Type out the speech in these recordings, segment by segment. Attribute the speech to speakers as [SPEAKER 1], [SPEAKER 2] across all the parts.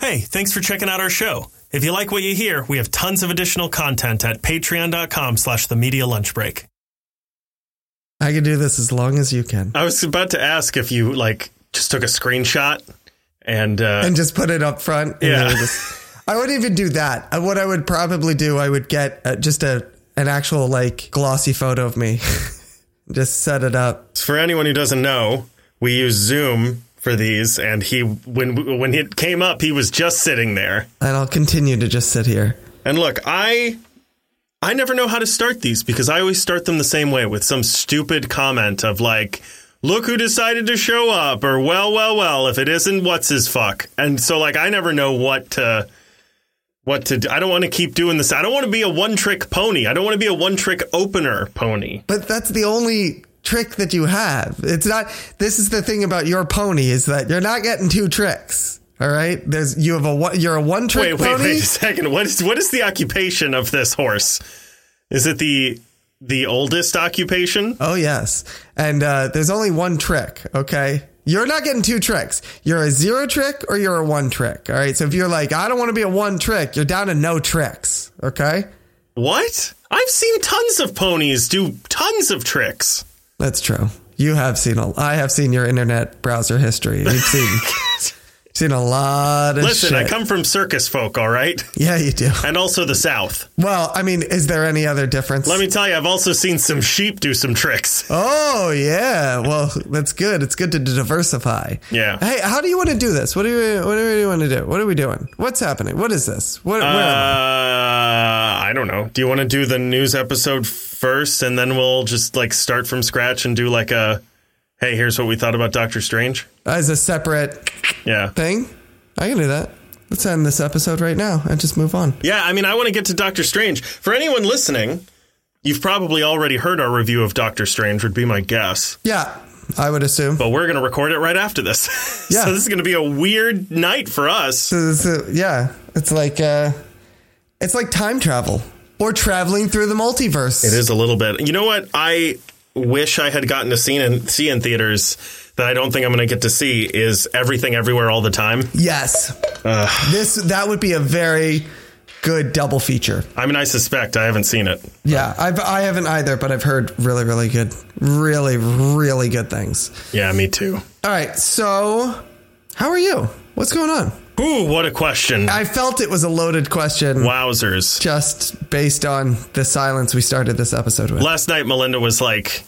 [SPEAKER 1] Hey, thanks for checking out our show. If you like what you hear, we have tons of additional content at patreon.com slash the media lunch break.
[SPEAKER 2] I can do this as long as you can.
[SPEAKER 1] I was about to ask if you like just took a screenshot and uh
[SPEAKER 2] and just put it up front. and
[SPEAKER 1] Yeah.
[SPEAKER 2] then just- I wouldn't even do that. Uh, What I would probably do, I would get uh, just a an actual like glossy photo of me. just set it up.
[SPEAKER 1] for anyone who doesn't know, we use Zoom for these and he when when it came up, he was just sitting there.
[SPEAKER 2] And I'll continue to just sit here.
[SPEAKER 1] And look, I I never know how to start these because I always start them the same way with some stupid comment of like, look who decided to show up or well, well, well, if it isn't what's his fuck. And so like I never know what to what to do. I don't want to keep doing this. I don't want to be a one-trick pony. I don't want to be a one-trick opener pony.
[SPEAKER 2] But that's the only trick that you have. It's not this is the thing about your pony is that you're not getting two tricks. All right? There's you have a one you're a one
[SPEAKER 1] Wait,
[SPEAKER 2] trick
[SPEAKER 1] wait,
[SPEAKER 2] pony.
[SPEAKER 1] wait a second. What is what is the occupation of this horse? Is it the the oldest occupation?
[SPEAKER 2] Oh yes. And uh, there's only one trick, okay? You're not getting two tricks. You're a zero trick or you're a one trick. All right. So if you're like, I don't want to be a one trick, you're down to no tricks. Okay.
[SPEAKER 1] What? I've seen tons of ponies do tons of tricks.
[SPEAKER 2] That's true. You have seen a I have seen your internet browser history. You've seen seen a lot of
[SPEAKER 1] Listen,
[SPEAKER 2] shit.
[SPEAKER 1] I come from circus folk, all right?
[SPEAKER 2] yeah, you do.
[SPEAKER 1] And also the South.
[SPEAKER 2] Well, I mean, is there any other difference?
[SPEAKER 1] Let me tell you, I've also seen some sheep do some tricks.
[SPEAKER 2] Oh yeah. Well, that's good. It's good to diversify.
[SPEAKER 1] Yeah.
[SPEAKER 2] Hey, how do you want to do this? What do we What do we want to do? What are we doing? What's happening? What is this? What?
[SPEAKER 1] Uh,
[SPEAKER 2] where am I?
[SPEAKER 1] I don't know. Do you want to do the news episode first and then we'll just like start from scratch and do like a hey, here's what we thought about Doctor Strange?
[SPEAKER 2] as Uh, a separate
[SPEAKER 1] Yeah.
[SPEAKER 2] thing. I can do that. Let's end this episode right now and just move on.
[SPEAKER 1] Yeah, I mean, I want to get to Doctor Strange. For anyone listening, you've probably already heard our review of Doctor Strange, would be my guess.
[SPEAKER 2] Yeah, I would assume.
[SPEAKER 1] but we're going to record it right after this.
[SPEAKER 2] Yeah.
[SPEAKER 1] so this is going to be a weird night for us.
[SPEAKER 2] So this is- yeah, it's like uh, it's like time travel or traveling through the multiverse.
[SPEAKER 1] It is a little bit. You know what? I wish I had gotten to see in, see in theaters that I don't think I'm going to get to see is Everything Everywhere All the Time.
[SPEAKER 2] Yes. This that would be a very good double feature.
[SPEAKER 1] I mean, I suspect I haven't seen it.
[SPEAKER 2] Yeah, I've I haven't either, but I've heard really really good, really really good things.
[SPEAKER 1] Yeah, me too.
[SPEAKER 2] All right, so how are you? What's going on?
[SPEAKER 1] Ooh, what a question.
[SPEAKER 2] I felt it was a loaded question.
[SPEAKER 1] Wowzers.
[SPEAKER 2] just based on the silence we started this episode with.
[SPEAKER 1] Last night, Melinda was like,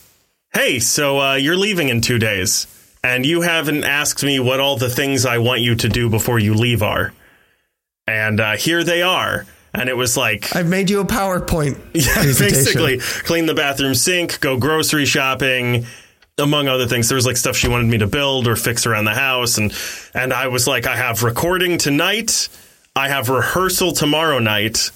[SPEAKER 1] hey, so uh, you're leaving in two days. And you haven't asked me what all the things I want you to do before you leave are. And uh, here they are. And it was like,
[SPEAKER 2] I've made you a PowerPoint presentation.
[SPEAKER 1] basically clean the bathroom sink, go grocery shopping, among other things. There was like stuff she wanted me to build or fix around the house, and and I was like, I have recording tonight, I have rehearsal tomorrow night,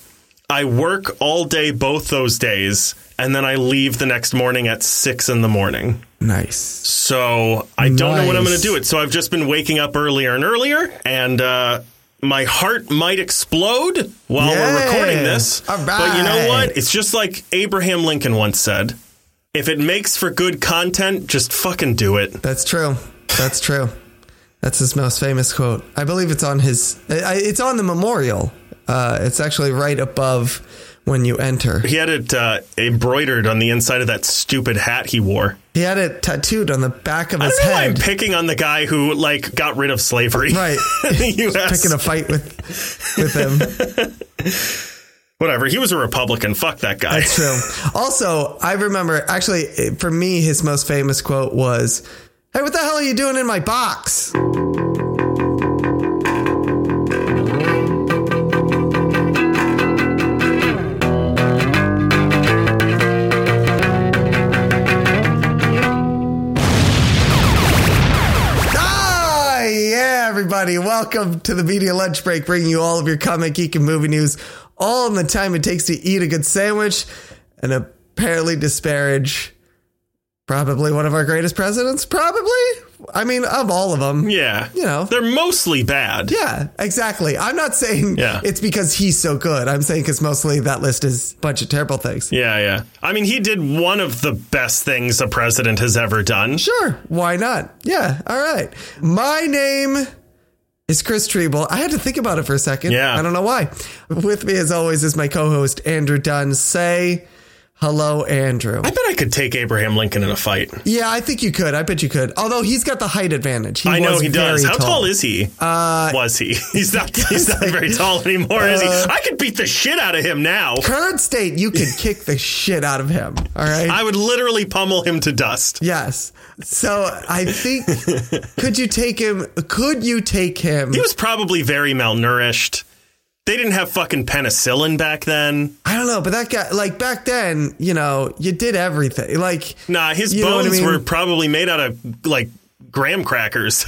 [SPEAKER 1] I work all day both those days, and then I leave the next morning at six in the morning.
[SPEAKER 2] Nice.
[SPEAKER 1] So I don't know when I'm going
[SPEAKER 2] Nice.
[SPEAKER 1] to do it. So I've just been waking up earlier and earlier, and uh, my heart might explode while
[SPEAKER 2] Yeah.
[SPEAKER 1] we're recording this.
[SPEAKER 2] All
[SPEAKER 1] But you know
[SPEAKER 2] right.
[SPEAKER 1] what? It's just like Abraham Lincoln once said: "If it makes for good content, just fucking do it."
[SPEAKER 2] That's true. That's true. That's his most famous quote. I believe it's on his. I- I- It's on the memorial. Uh, it's actually right above when you enter.
[SPEAKER 1] He had it uh, embroidered on the inside of that stupid hat he wore.
[SPEAKER 2] He had it tattooed on the back of
[SPEAKER 1] I
[SPEAKER 2] his
[SPEAKER 1] don't know why I'm
[SPEAKER 2] head.
[SPEAKER 1] picking on the guy who like got rid of slavery.
[SPEAKER 2] Right.
[SPEAKER 1] in the US.
[SPEAKER 2] Picking a fight with with him.
[SPEAKER 1] Whatever. He was a Republican. Fuck that guy.
[SPEAKER 2] That's true. Also, I remember actually it- for me his most famous quote was, "Hey, what the hell are you doing in my box?" Ah, yeah, everybody. Welcome to the Media Lunch Break, bringing you all of your comic, geek, and movie news, all in the time it takes to eat a good sandwich and apparently disparage probably one of our greatest presidents. Probably. I mean, of all of them.
[SPEAKER 1] Yeah.
[SPEAKER 2] You know.
[SPEAKER 1] They're mostly bad.
[SPEAKER 2] Yeah, exactly. I'm not saying
[SPEAKER 1] Yeah.
[SPEAKER 2] it's because he's so good. I'm saying because mostly that list is a bunch of terrible things.
[SPEAKER 1] Yeah, yeah. I mean, he did one of the best things a president has ever done.
[SPEAKER 2] Sure, why not? Yeah, all right. My name is Chris Treble. I had to think about it for a second.
[SPEAKER 1] Yeah.
[SPEAKER 2] I don't know why. With me, as always, is my co host, Andrew Dunn. Say hello, Andrew.
[SPEAKER 1] I bet I could take Abraham Lincoln in a fight.
[SPEAKER 2] yeah, I think you could. I bet you could. Although he's got the height advantage. He
[SPEAKER 1] I know
[SPEAKER 2] was
[SPEAKER 1] he does.
[SPEAKER 2] very Uh,
[SPEAKER 1] How tall. is he? Was he? He's not. He's not very tall anymore, is he? I could beat the shit out of him now.
[SPEAKER 2] Current state, you could kick the shit out of him. All right.
[SPEAKER 1] I would literally pummel him to dust.
[SPEAKER 2] yes. So I think could you take him? Could you take him?
[SPEAKER 1] He was probably very malnourished. They didn't have fucking penicillin back then.
[SPEAKER 2] I don't know, but that guy, like back then, you know, you did everything. Like,
[SPEAKER 1] Nah, his
[SPEAKER 2] You know what I
[SPEAKER 1] bones
[SPEAKER 2] mean?
[SPEAKER 1] were probably made out of like graham crackers.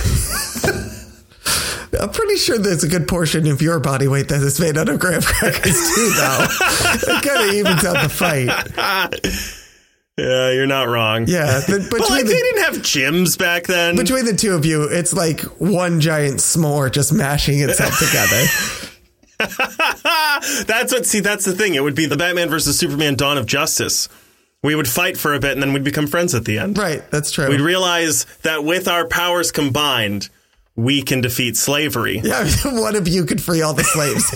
[SPEAKER 2] I'm pretty sure there's a good portion of your body weight that is made out of graham crackers too, though. it kind of evens out the fight.
[SPEAKER 1] yeah, you're not wrong.
[SPEAKER 2] Yeah, the, between
[SPEAKER 1] But like
[SPEAKER 2] the
[SPEAKER 1] they didn't have gyms back then.
[SPEAKER 2] between the two of you, it's like one giant s'more just mashing itself together.
[SPEAKER 1] That's what. See, that's the thing. It would be the Batman versus Superman: Dawn of Justice. We would fight for a bit, and then we'd become friends at the end.
[SPEAKER 2] right, that's true.
[SPEAKER 1] We'd realize that with our powers combined, we can defeat slavery,
[SPEAKER 2] yeah, one of you could free all the slaves.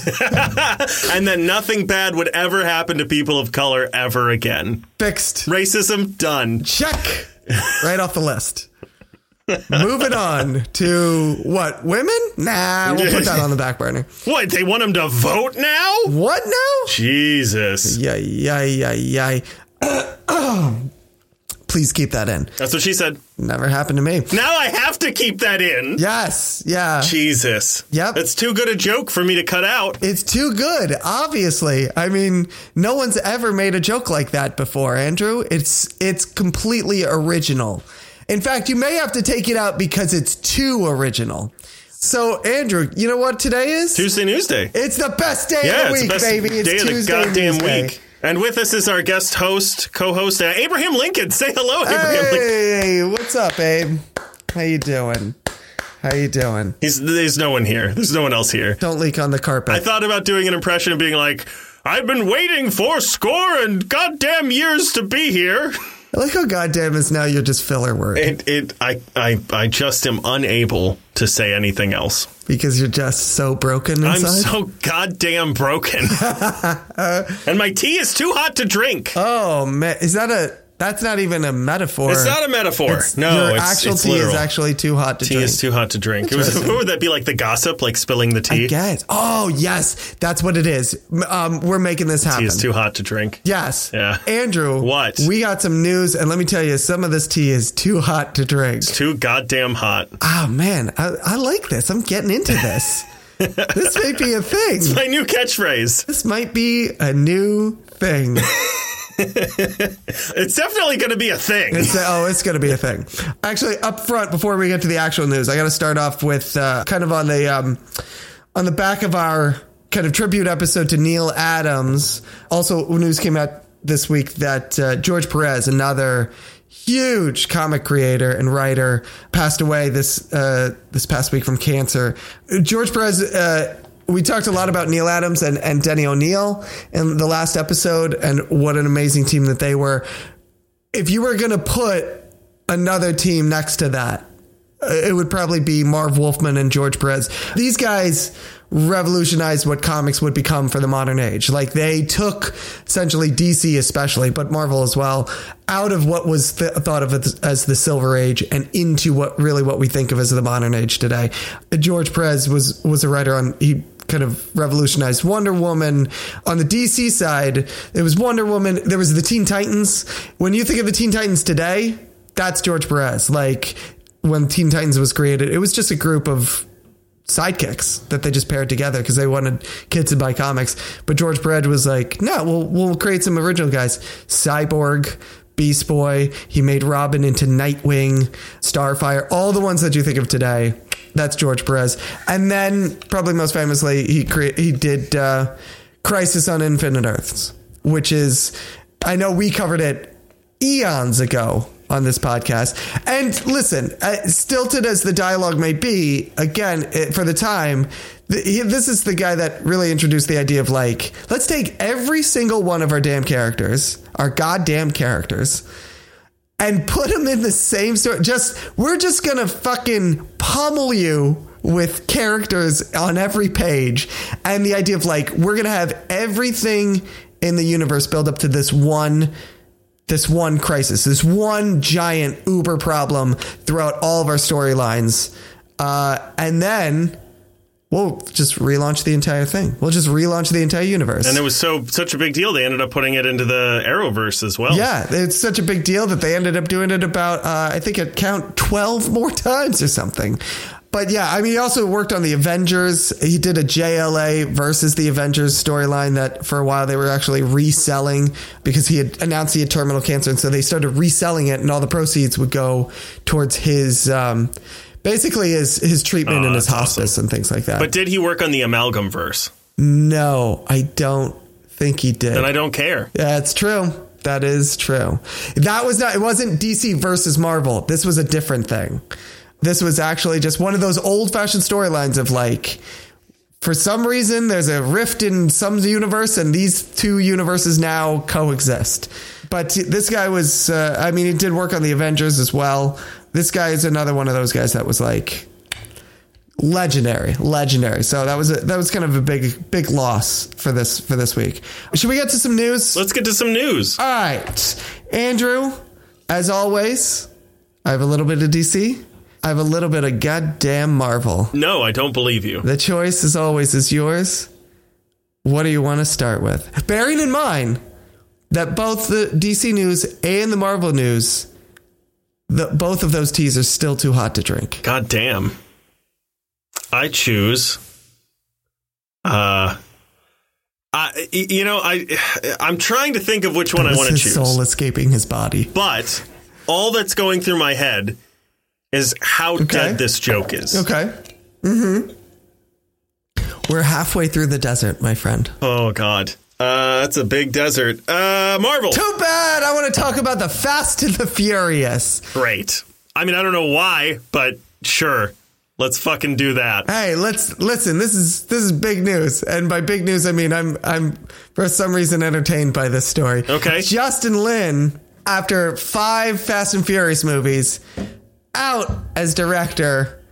[SPEAKER 1] and that nothing bad would ever happen to people of color ever again.
[SPEAKER 2] Fixed.
[SPEAKER 1] Racism done.
[SPEAKER 2] Check. Right off the list. Moving on to what? Women? Nah, we'll put that on the back burner.
[SPEAKER 1] What? They want them to vote now?
[SPEAKER 2] What now?
[SPEAKER 1] Jesus.
[SPEAKER 2] Yay, yay, yay, yay. Please keep that in.
[SPEAKER 1] That's what she said.
[SPEAKER 2] Never happened to me.
[SPEAKER 1] Now I have to keep that in.
[SPEAKER 2] Yes, yeah.
[SPEAKER 1] Jesus.
[SPEAKER 2] Yep.
[SPEAKER 1] That's too good a joke for me to cut out.
[SPEAKER 2] It's too good, obviously. I mean, no one's ever made a joke like that before, Andrew. It's it's completely original. In fact, you may have to take it out because it's too original. So, Andrew, you know what today is?
[SPEAKER 1] Tuesday Newsday.
[SPEAKER 2] It's the best day of the
[SPEAKER 1] it's
[SPEAKER 2] week, baby. It's
[SPEAKER 1] day
[SPEAKER 2] Tuesday
[SPEAKER 1] of the goddamn
[SPEAKER 2] Newsday.
[SPEAKER 1] week. And with us is our guest host, co-host uh, Abraham Lincoln. Say hello, Abraham. Lincoln.
[SPEAKER 2] Hey, what's up, Abe? How you doing? How you doing?
[SPEAKER 1] He's, there's no one here. There's no one else here.
[SPEAKER 2] Don't leak on the
[SPEAKER 1] I
[SPEAKER 2] carpet.
[SPEAKER 1] thought about doing an impression of being like, I've been waiting for score and goddamn years to be here.
[SPEAKER 2] I like how goddamn is now you're just filler word
[SPEAKER 1] It, it, I, I, I just am unable to say anything else.
[SPEAKER 2] because you're just so broken
[SPEAKER 1] I'm
[SPEAKER 2] inside.
[SPEAKER 1] so goddamn broken. and my tea is too hot to drink.
[SPEAKER 2] oh man, is that a? That's not even a metaphor.
[SPEAKER 1] it's not a metaphor. no,
[SPEAKER 2] your
[SPEAKER 1] it's,
[SPEAKER 2] actual
[SPEAKER 1] it's
[SPEAKER 2] tea
[SPEAKER 1] literal.
[SPEAKER 2] is actually too hot to
[SPEAKER 1] tea
[SPEAKER 2] drink.
[SPEAKER 1] is too hot to drink. It was, what would that be like the gossip, like spilling the tea?
[SPEAKER 2] yes. Oh yes, that's what it is. M- Um, we're making this happen.
[SPEAKER 1] Tea is too hot to drink.
[SPEAKER 2] yes.
[SPEAKER 1] Yeah.
[SPEAKER 2] Andrew,
[SPEAKER 1] What?
[SPEAKER 2] We got some news, and let me tell you, some of this tea is too hot to drink.
[SPEAKER 1] Too goddamn hot.
[SPEAKER 2] Ah man, I, I like this. I'm getting into this. this may be a thing.
[SPEAKER 1] My new catchphrase.
[SPEAKER 2] This might be a new thing.
[SPEAKER 1] It's definitely going to be a thing.
[SPEAKER 2] It's oh, it's going to be a thing. Actually, up front before we get to the actual news, I got to start off with uh, kind of on the um, on the back of our kind of tribute episode to Neil Adams. Also, news came out this week that uh, George Perez, another huge comic creator and writer, passed away this uh, this past week from cancer. George Perez. Uh, we talked a lot about Neil Adams and, and Denny O'Neill in the last episode, and what an amazing team that they were if you were going to put another team next to that, uh, it would probably be Marv Wolfman and George Perez. These guys revolutionized what comics would become for the modern age. Like they took essentially DC, especially, but Marvel as well, out of what was th- thought of as, as the Silver Age and into what really what we think of as the modern age today. Uh, George Perez was was a writer on he kind of revolutionized Wonder Woman. On the DC side, it was Wonder Woman. There was the Teen Titans. When you think of the Teen Titans today, that's George Perez. Like when Teen Titans was created, it was just a group of sidekicks that they just paired together because they wanted kids to buy comics. But George Perez was like, no, we'll we'll create some original guys. Cyborg, Beast Boy. He made Robin into Nightwing, Starfire, all the ones that you think of today. That's George Perez. And then probably most famously, he cre- he did uh, Crisis on Infinite Earths, which is I know we covered it eons ago on this podcast. And listen, uh, stilted as the dialogue may be, again, it, for the time, th- he, this is the guy that really introduced the idea of like, let's take every single one of our damn characters, our goddamn characters, and put them in the same story. Just, we're just gonna fucking pummel you with characters on every page and the idea of like we're going to have everything in the universe build up to this one this one crisis, this one giant uber problem throughout all of our storylines. Uh, and then we'll just relaunch the entire thing. We'll just relaunch the entire universe.
[SPEAKER 1] And it was so such a big deal. They ended up putting it into the Arrowverse as well.
[SPEAKER 2] yeah, it's such a big deal that they ended up doing it about, uh, I think, at count 12 more times or something. But yeah, I mean, he also worked on the Avengers. He did a JLA versus the Avengers storyline that for a while they were actually reselling because he had announced he had terminal cancer. And so they started reselling it, and all the proceeds would go towards his. Um, Basically, his his treatment and his hospice and things like that.
[SPEAKER 1] But did he work on the Amalgam verse?
[SPEAKER 2] no, I don't think he did.
[SPEAKER 1] And I don't care.
[SPEAKER 2] That's true. That is true. That was not, it wasn't DC versus Marvel. This was a different thing. This was actually just one of those old fashioned storylines of like, for some reason, there's a rift in some universe, and these two universes now coexist. But this guy was, uh, I mean, he did work on the Avengers as well. This guy is another one of those guys that was like legendary, legendary. So that was a, that was kind of a big big loss for this for this week. Should we get to some news?
[SPEAKER 1] Let's get to some news.
[SPEAKER 2] All right, Andrew. As always, I have a little bit of DC. I have a little bit of goddamn Marvel.
[SPEAKER 1] No, I don't believe you.
[SPEAKER 2] The choice, as always, is yours. What do you want to start with? Bearing in mind that both the DC news and the Marvel news, the, both of those teas are still too hot to drink.
[SPEAKER 1] God damn. I choose. Uh, I y- you know I I'm trying to think of which one I
[SPEAKER 2] This
[SPEAKER 1] want to
[SPEAKER 2] is
[SPEAKER 1] choose.
[SPEAKER 2] soul escaping his body.
[SPEAKER 1] But all that's going through my head is how dead this joke is.
[SPEAKER 2] Okay. Mm-hmm. We're halfway through the desert, my friend.
[SPEAKER 1] Oh God, uh, that's a big desert. Uh, Marvel,
[SPEAKER 2] Too bad. I want to talk about the Fast and the Furious.
[SPEAKER 1] great. I mean, I don't know why, but sure, let's fucking do that.
[SPEAKER 2] Hey, let's listen. This is this is big news, and by big news, I mean I'm I'm for some reason entertained by this story.
[SPEAKER 1] Okay.
[SPEAKER 2] Justin Lin, after five Fast and Furious movies, out as director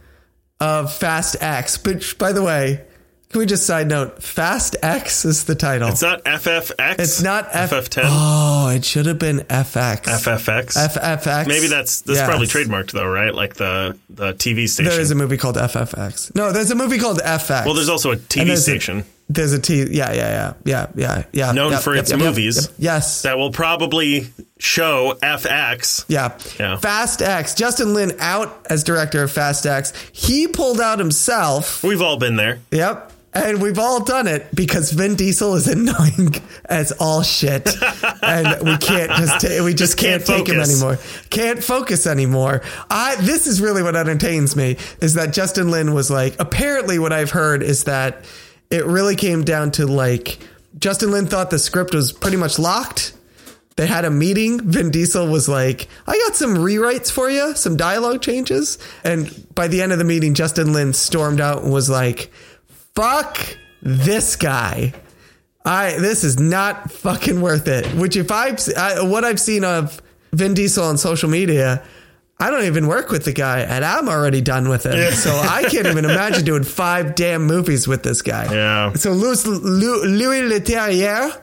[SPEAKER 2] of Fast X. Which, by the way, can we just side note? Fast X is the title.
[SPEAKER 1] It's not FFX.
[SPEAKER 2] It's not F-
[SPEAKER 1] FF10.
[SPEAKER 2] oh, it should have been FX.
[SPEAKER 1] FFX.
[SPEAKER 2] FFX.
[SPEAKER 1] Maybe that's that's probably
[SPEAKER 2] Yes.
[SPEAKER 1] trademarked though, right? Like the the TV station.
[SPEAKER 2] There is a movie called FFX. No, there's a movie called FX.
[SPEAKER 1] well, there's also a TV
[SPEAKER 2] And there's a-
[SPEAKER 1] station
[SPEAKER 2] There's a T. Yeah, yeah, yeah, yeah, yeah, yeah.
[SPEAKER 1] Known
[SPEAKER 2] Yep,
[SPEAKER 1] for
[SPEAKER 2] yep,
[SPEAKER 1] its
[SPEAKER 2] yep, yep,
[SPEAKER 1] movies.
[SPEAKER 2] yep. Yes.
[SPEAKER 1] that will probably show FX.
[SPEAKER 2] Yeah.
[SPEAKER 1] Yeah.
[SPEAKER 2] Fast X. Justin Lin out as director of Fast X. He pulled out himself.
[SPEAKER 1] We've all been there.
[SPEAKER 2] Yep. And we've all done it because Vin Diesel is annoying as all shit, and we can't just ta- we just can't,
[SPEAKER 1] can't
[SPEAKER 2] take him
[SPEAKER 1] focus.
[SPEAKER 2] anymore. Can't focus anymore. I this is really what entertains me is that Justin Lin was like. Apparently, what I've heard is that it really came down to like Justin Lin thought the script was pretty much locked. They had a meeting. Vin Diesel was like, I got some rewrites for you, some dialogue changes. And by the end of the meeting, Justin Lin stormed out and was like, fuck this guy. I this is not fucking worth it. Which if I've I, what I've seen of Vin Diesel on social media, I don't even work with the guy, and I'm already done with him. So I can't even imagine doing five damn movies with this guy.
[SPEAKER 1] Yeah.
[SPEAKER 2] So Louis, Lou- Louis Leterrier,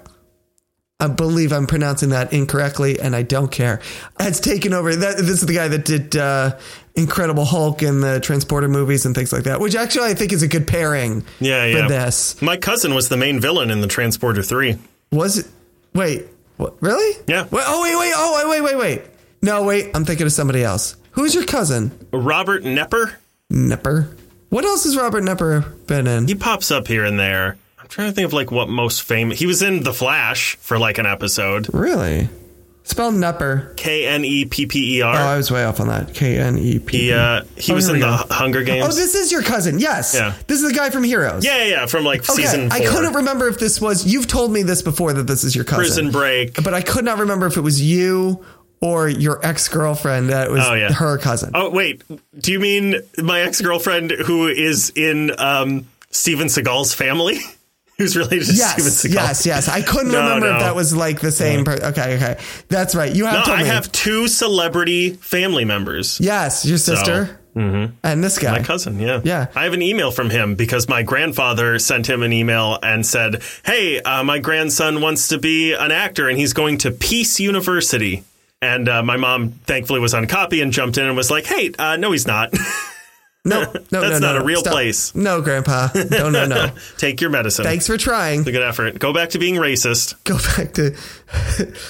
[SPEAKER 2] I believe I'm pronouncing that incorrectly, and I don't care. Has taken over. That, this is the guy that did uh, Incredible Hulk and the Transporter movies and things like that, which actually I think is a good pairing.
[SPEAKER 1] Yeah,
[SPEAKER 2] for
[SPEAKER 1] yeah.
[SPEAKER 2] this
[SPEAKER 1] My cousin was the main villain in the Transporter Three.
[SPEAKER 2] was it? Wait, what, really?
[SPEAKER 1] Yeah.
[SPEAKER 2] Wait, oh wait, wait, oh wait, wait, wait, wait. No, wait. I'm thinking of somebody else. Who's your cousin?
[SPEAKER 1] Robert Nepper.
[SPEAKER 2] Nepper. What else has Robert Nepper been in?
[SPEAKER 1] He pops up here and there. I'm trying to think of like what most famous. He was in The Flash for like an episode.
[SPEAKER 2] Really? Spell Nepper.
[SPEAKER 1] K N E P P E
[SPEAKER 2] Oh,
[SPEAKER 1] R.
[SPEAKER 2] I was way off on that. K N E P.
[SPEAKER 1] He uh, he
[SPEAKER 2] Oh,
[SPEAKER 1] was
[SPEAKER 2] here
[SPEAKER 1] in
[SPEAKER 2] we
[SPEAKER 1] the
[SPEAKER 2] go.
[SPEAKER 1] Hunger
[SPEAKER 2] Oh,
[SPEAKER 1] Games.
[SPEAKER 2] this is your cousin. Yes.
[SPEAKER 1] Yeah.
[SPEAKER 2] This is the guy from Heroes.
[SPEAKER 1] yeah, yeah, yeah, from like
[SPEAKER 2] Okay.
[SPEAKER 1] season four.
[SPEAKER 2] I couldn't remember if this was. You've told me this before that this is your cousin.
[SPEAKER 1] Prison Break.
[SPEAKER 2] But I could not remember if it was you or your ex girlfriend that was
[SPEAKER 1] Oh, yeah.
[SPEAKER 2] her cousin.
[SPEAKER 1] Oh wait, do you mean my ex girlfriend who is in um, Steven Seagal's family, who's related to
[SPEAKER 2] Yes,
[SPEAKER 1] Steven Seagal?
[SPEAKER 2] yes, yes. I couldn't
[SPEAKER 1] No,
[SPEAKER 2] remember
[SPEAKER 1] no.
[SPEAKER 2] if that was like the same. Per- okay, okay. That's right. You have
[SPEAKER 1] No,
[SPEAKER 2] told
[SPEAKER 1] I
[SPEAKER 2] me.
[SPEAKER 1] have two celebrity family members.
[SPEAKER 2] yes, your sister. And this guy.
[SPEAKER 1] mm-hmm. My cousin, yeah.
[SPEAKER 2] Yeah.
[SPEAKER 1] I have an email from him because my grandfather sent him an email and said, Hey, uh, my grandson wants to be an actor and he's going to Peace University. And uh, my mom, thankfully, was on copy and jumped in and was like, Hey, uh, no, he's not.
[SPEAKER 2] no, no, no,
[SPEAKER 1] That's
[SPEAKER 2] no,
[SPEAKER 1] not a
[SPEAKER 2] no.
[SPEAKER 1] real
[SPEAKER 2] Stop.
[SPEAKER 1] place.
[SPEAKER 2] No, Grandpa. No, no, no.
[SPEAKER 1] Take your medicine.
[SPEAKER 2] Thanks for trying.
[SPEAKER 1] Good effort. Go back to being racist.
[SPEAKER 2] go back to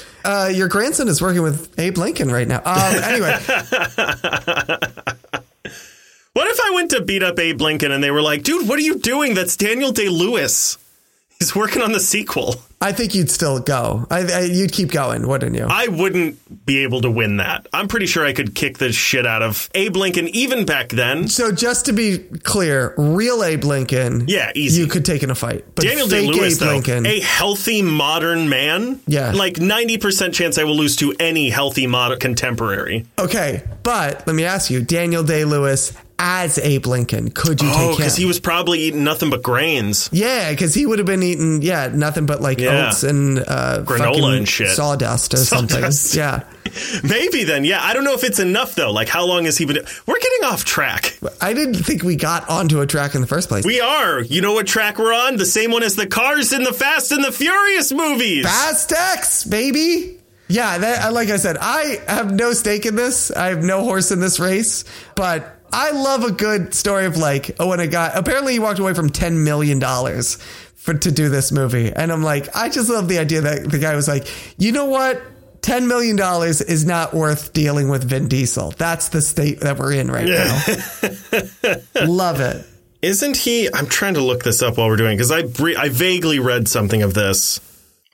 [SPEAKER 2] uh, your grandson is working with Abe Lincoln right now. Um, anyway,
[SPEAKER 1] What if I went to beat up Abe Lincoln and they were like, Dude, what are you doing? That's Daniel Day Lewis. He's working on the sequel.
[SPEAKER 2] I think you'd still go. I, I, you'd keep going, wouldn't you?
[SPEAKER 1] I wouldn't be able to win that. I'm pretty sure I could kick the shit out of Abe Lincoln even back then.
[SPEAKER 2] so just to be clear, real Abe Lincoln,
[SPEAKER 1] Yeah, easy.
[SPEAKER 2] you could take in a fight. But
[SPEAKER 1] Daniel Day
[SPEAKER 2] fake
[SPEAKER 1] Lewis,
[SPEAKER 2] Abe
[SPEAKER 1] though,
[SPEAKER 2] Lincoln,
[SPEAKER 1] a healthy modern man.
[SPEAKER 2] Yeah.
[SPEAKER 1] Like 90% chance I will lose to any healthy modern contemporary.
[SPEAKER 2] okay. But let me ask you, Daniel Day Lewis as Abe Lincoln, could you
[SPEAKER 1] Oh,
[SPEAKER 2] take him?
[SPEAKER 1] because he was probably eating nothing but grains.
[SPEAKER 2] yeah, because he would have been eating yeah nothing but like
[SPEAKER 1] Yeah.
[SPEAKER 2] oats and uh, fucking
[SPEAKER 1] and shit.
[SPEAKER 2] sawdust or
[SPEAKER 1] Sawdust.
[SPEAKER 2] something. Yeah.
[SPEAKER 1] Maybe then, yeah. I don't know if it's enough, though. Like, how long has he been. We're getting off track.
[SPEAKER 2] I didn't think we got onto a track in the first place.
[SPEAKER 1] We are. You know what track we're on? The same one as the cars in the Fast and the Furious movies.
[SPEAKER 2] Fast X, baby. Yeah, that, uh, like I said, I have no stake in this. I have no horse in this race, but I love a good story of like, oh, and a guy apparently he walked away from ten million dollars for to do this movie, and I'm like, I just love the idea that the guy was like, you know what. $10 million is not worth dealing with Vin Diesel. That's the state that we're in right now. Love it.
[SPEAKER 1] Isn't he? I'm trying to look this up while we're doing because I bre- I vaguely read something of this.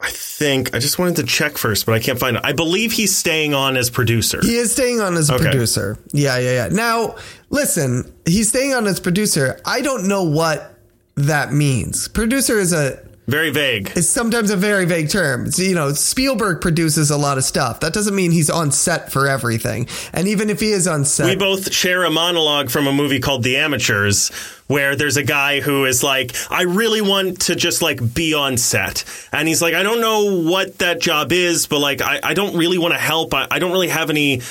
[SPEAKER 1] I think I just wanted to check first, but I can't find it. I believe he's staying on as producer.
[SPEAKER 2] He is staying on as a producer. Yeah, yeah, yeah. Now, listen, he's staying on as producer. I don't know what that means. Producer is a
[SPEAKER 1] Very vague.
[SPEAKER 2] is sometimes a very vague term. It's, you know, Spielberg produces a lot of stuff. That doesn't mean he's on set for everything. And even if he is on set,
[SPEAKER 1] We both share a monologue from a movie called The Amateurs, where there's a guy who is like, I really want to just like be on set. And he's like, I don't know what that job is, but like, I, I don't really want to help. I, I don't really have any.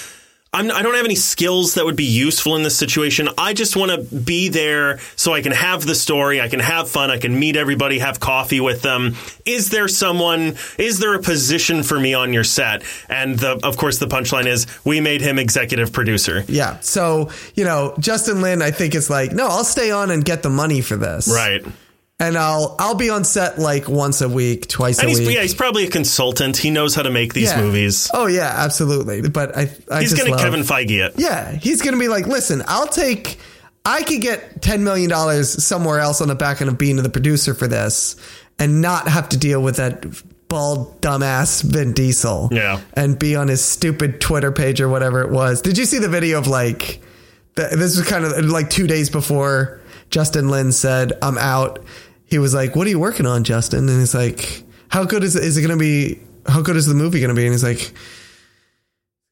[SPEAKER 1] I'm, I don't have any skills that would be useful in this situation. I just want to be there so I can have the story, I can have fun, I can meet everybody, have coffee with them. Is there someone? Is there a position for me on your set? And the, of course, the punchline is we made him executive producer.
[SPEAKER 2] yeah. So, you know, Justin Lin, I think is like, no, I'll stay on and get the money for this.
[SPEAKER 1] Right.
[SPEAKER 2] And I'll I'll be on set like once a week, twice
[SPEAKER 1] And
[SPEAKER 2] a
[SPEAKER 1] he's,
[SPEAKER 2] week.
[SPEAKER 1] yeah, he's probably a consultant. He knows how to make these
[SPEAKER 2] Yeah.
[SPEAKER 1] movies.
[SPEAKER 2] Oh yeah, absolutely. But I, I
[SPEAKER 1] He's
[SPEAKER 2] just
[SPEAKER 1] going to
[SPEAKER 2] love-
[SPEAKER 1] Kevin Feige it.
[SPEAKER 2] Yeah, he's going to be like, listen, I'll take, I could get $10 million somewhere else on the back end of being the producer for this and not have to deal with that bald dumbass Vin Diesel.
[SPEAKER 1] Yeah.
[SPEAKER 2] And be on his stupid Twitter page or whatever it was. Did you see the video of like, th- this was kind of like two days before Justin Lin said, I'm out. He was like, what are you working on, Justin? And he's like, how good is, is it going to be? How good is the movie going to be? And he's like,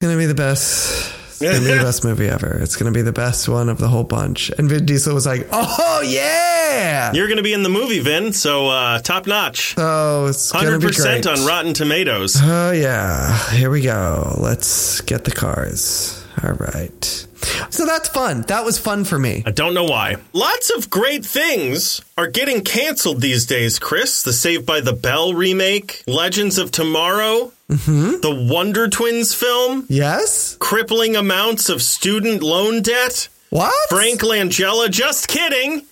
[SPEAKER 2] gonna be the best. It's gonna be the best movie ever. It's gonna be the best one of the whole bunch. And Vin Diesel was like, "Oh yeah!"
[SPEAKER 1] You're going to be in the movie, Vin. So uh, top notch.
[SPEAKER 2] Oh, it's gonna
[SPEAKER 1] Hundred
[SPEAKER 2] be
[SPEAKER 1] percent
[SPEAKER 2] great.
[SPEAKER 1] on Rotten Tomatoes.
[SPEAKER 2] oh yeah, here we go. Let's get the cars. All right. So that's fun. That was fun for me.
[SPEAKER 1] I don't know why. Lots of great things are getting canceled these days, Chris. The Saved by the Bell remake, Legends of Tomorrow,
[SPEAKER 2] Mm-hmm.
[SPEAKER 1] the Wonder Twins film,
[SPEAKER 2] Yes.
[SPEAKER 1] crippling amounts of student loan debt.
[SPEAKER 2] What?
[SPEAKER 1] Frank Langella, just kidding.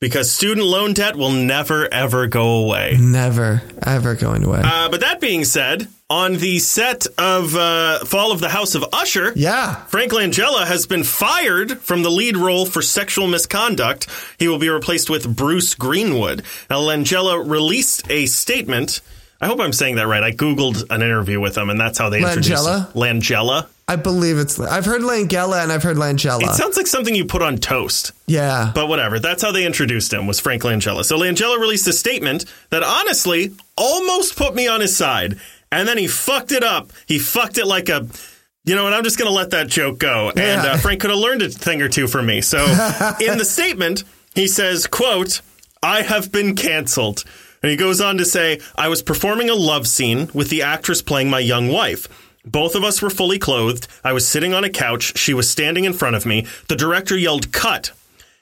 [SPEAKER 1] Because student loan debt will never, ever go away.
[SPEAKER 2] Never ever going away.
[SPEAKER 1] Uh, but that being said, on the set of uh, Fall of the House of Usher,
[SPEAKER 2] yeah.
[SPEAKER 1] Frank Langella has been fired from the lead role for sexual misconduct. He will be replaced with Bruce Greenwood. Now, Langella released a statement. I hope I'm saying that right. I Googled an interview with him, and that's how they introduced him.
[SPEAKER 2] Langella?
[SPEAKER 1] Langella.
[SPEAKER 2] I believe it's. I've heard Langella and I've heard Langella.
[SPEAKER 1] It sounds like something you put on toast.
[SPEAKER 2] yeah.
[SPEAKER 1] But whatever, that's how they introduced him was Frank Langella. So Langella released a statement that honestly almost put me on his side. And then he fucked it up. He fucked it like a you know, and I'm just going to let that joke go. And
[SPEAKER 2] Yeah.
[SPEAKER 1] uh, Frank could have learned a thing or two from me. So in the statement, he says, quote, I have been canceled. And he goes on to say, I was performing a love scene with the actress playing my young wife. Both of us were fully clothed. I was sitting on a couch. She was standing in front of me. The director yelled, Cut!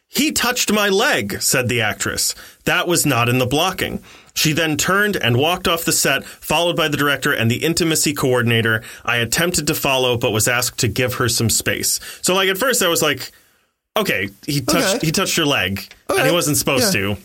[SPEAKER 1] He touched my leg, said the actress. That was not in the blocking. She then turned and walked off the set, followed by the director and the intimacy coordinator. I attempted to follow, but was asked to give her some space. So, like, at first I was like, okay, he touched,
[SPEAKER 2] Okay.
[SPEAKER 1] he touched your leg, and
[SPEAKER 2] Okay.
[SPEAKER 1] he wasn't supposed
[SPEAKER 2] Yeah.
[SPEAKER 1] to.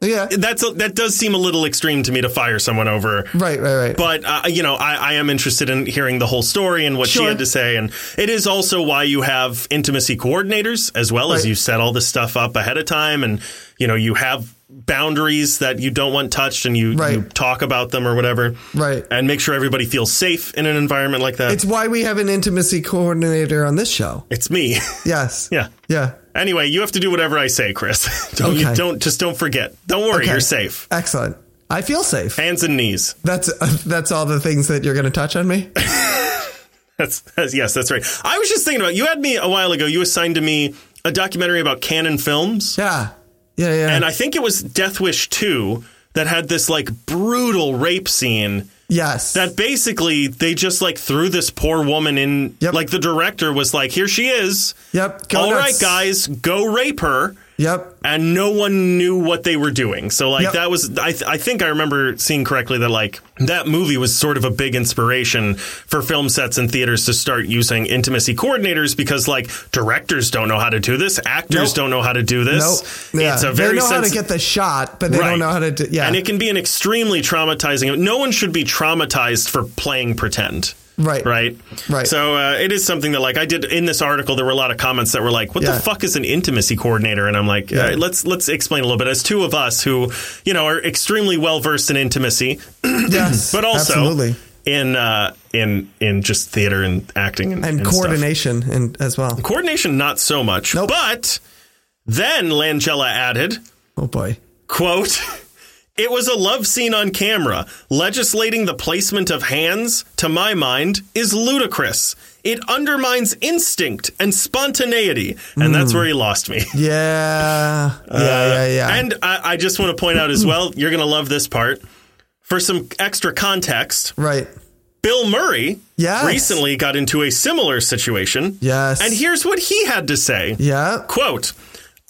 [SPEAKER 2] Yeah.
[SPEAKER 1] That's a, that does seem a little extreme to me to fire someone over
[SPEAKER 2] Right, right, right.
[SPEAKER 1] but uh, you know I, I am interested in hearing the whole story and what she
[SPEAKER 2] Sure.
[SPEAKER 1] had to say and it is also why you have intimacy coordinators as well as
[SPEAKER 2] Right.
[SPEAKER 1] you set all this stuff up ahead of time and you know you have boundaries that you don't want touched and you, you
[SPEAKER 2] Right.
[SPEAKER 1] talk about them or whatever
[SPEAKER 2] Right.
[SPEAKER 1] and make sure everybody feels safe in an environment like that
[SPEAKER 2] it's why we have an intimacy coordinator on this show.
[SPEAKER 1] it's me
[SPEAKER 2] Yes.
[SPEAKER 1] yeah
[SPEAKER 2] Yeah.
[SPEAKER 1] anyway you have to do whatever i say chris don't you
[SPEAKER 2] Okay.
[SPEAKER 1] don't just don't forget don't worry
[SPEAKER 2] Okay.
[SPEAKER 1] you're safe
[SPEAKER 2] Excellent. I feel safe.
[SPEAKER 1] hands and knees
[SPEAKER 2] That's uh, that's all the things that you're going to touch on me.
[SPEAKER 1] That's, that's yes, that's right. I was just thinking about you had me a while ago. You assigned to me a documentary about Canon Films,
[SPEAKER 2] Yeah. Yeah. Yeah.
[SPEAKER 1] and I think it was Death Wish Two that had this like brutal rape scene.
[SPEAKER 2] yes.
[SPEAKER 1] That basically they just like threw this poor woman in.
[SPEAKER 2] Yep.
[SPEAKER 1] Like the director was like, "Here she is.
[SPEAKER 2] yep. Go
[SPEAKER 1] All right,
[SPEAKER 2] nuts.
[SPEAKER 1] guys, go rape her."
[SPEAKER 2] Yep.
[SPEAKER 1] And no one knew what they were doing. So like
[SPEAKER 2] Yep.
[SPEAKER 1] that was I th- I think I remember seeing correctly that like that movie was sort of a big inspiration for film sets and theaters to start using intimacy coordinators because like directors don't know how to do this, actors
[SPEAKER 2] Nope.
[SPEAKER 1] don't know how to do
[SPEAKER 2] Nope.
[SPEAKER 1] this.
[SPEAKER 2] Yeah.
[SPEAKER 1] It's a very
[SPEAKER 2] they know how to
[SPEAKER 1] sensi-
[SPEAKER 2] get the shot, but they
[SPEAKER 1] Right.
[SPEAKER 2] don't know how to. Do, yeah.
[SPEAKER 1] and it can be an extremely traumatizing. No one should be traumatized for playing pretend.
[SPEAKER 2] Right.
[SPEAKER 1] Right.
[SPEAKER 2] Right.
[SPEAKER 1] So uh, it is something that, like, I did in this article. There were a lot of comments that were like, "What
[SPEAKER 2] Yeah.
[SPEAKER 1] the fuck is an intimacy coordinator?" And I'm like,
[SPEAKER 2] Yeah.
[SPEAKER 1] "All right, "Let's let's explain a little bit." As two of us who, you know, are extremely well versed in intimacy,
[SPEAKER 2] yes.
[SPEAKER 1] but also
[SPEAKER 2] absolutely.
[SPEAKER 1] in uh, in in just theater and acting and,
[SPEAKER 2] And,
[SPEAKER 1] and stuff.
[SPEAKER 2] coordination and as well.
[SPEAKER 1] Coordination, not so much.
[SPEAKER 2] Nope.
[SPEAKER 1] But then Langella added,
[SPEAKER 2] Oh boy.
[SPEAKER 1] quote it was a love scene on camera legislating the placement of hands to my mind is ludicrous it undermines instinct and spontaneity and that's where he lost me
[SPEAKER 2] Yeah. Yeah. Hmm. yeah. Yeah.
[SPEAKER 1] Uh, and I, I just want to point out as well you're going to love this part for some extra context
[SPEAKER 2] right.
[SPEAKER 1] bill murray
[SPEAKER 2] Yes.
[SPEAKER 1] recently got into a similar situation
[SPEAKER 2] Yes.
[SPEAKER 1] and here's what he had to say
[SPEAKER 2] Yeah.
[SPEAKER 1] Quote,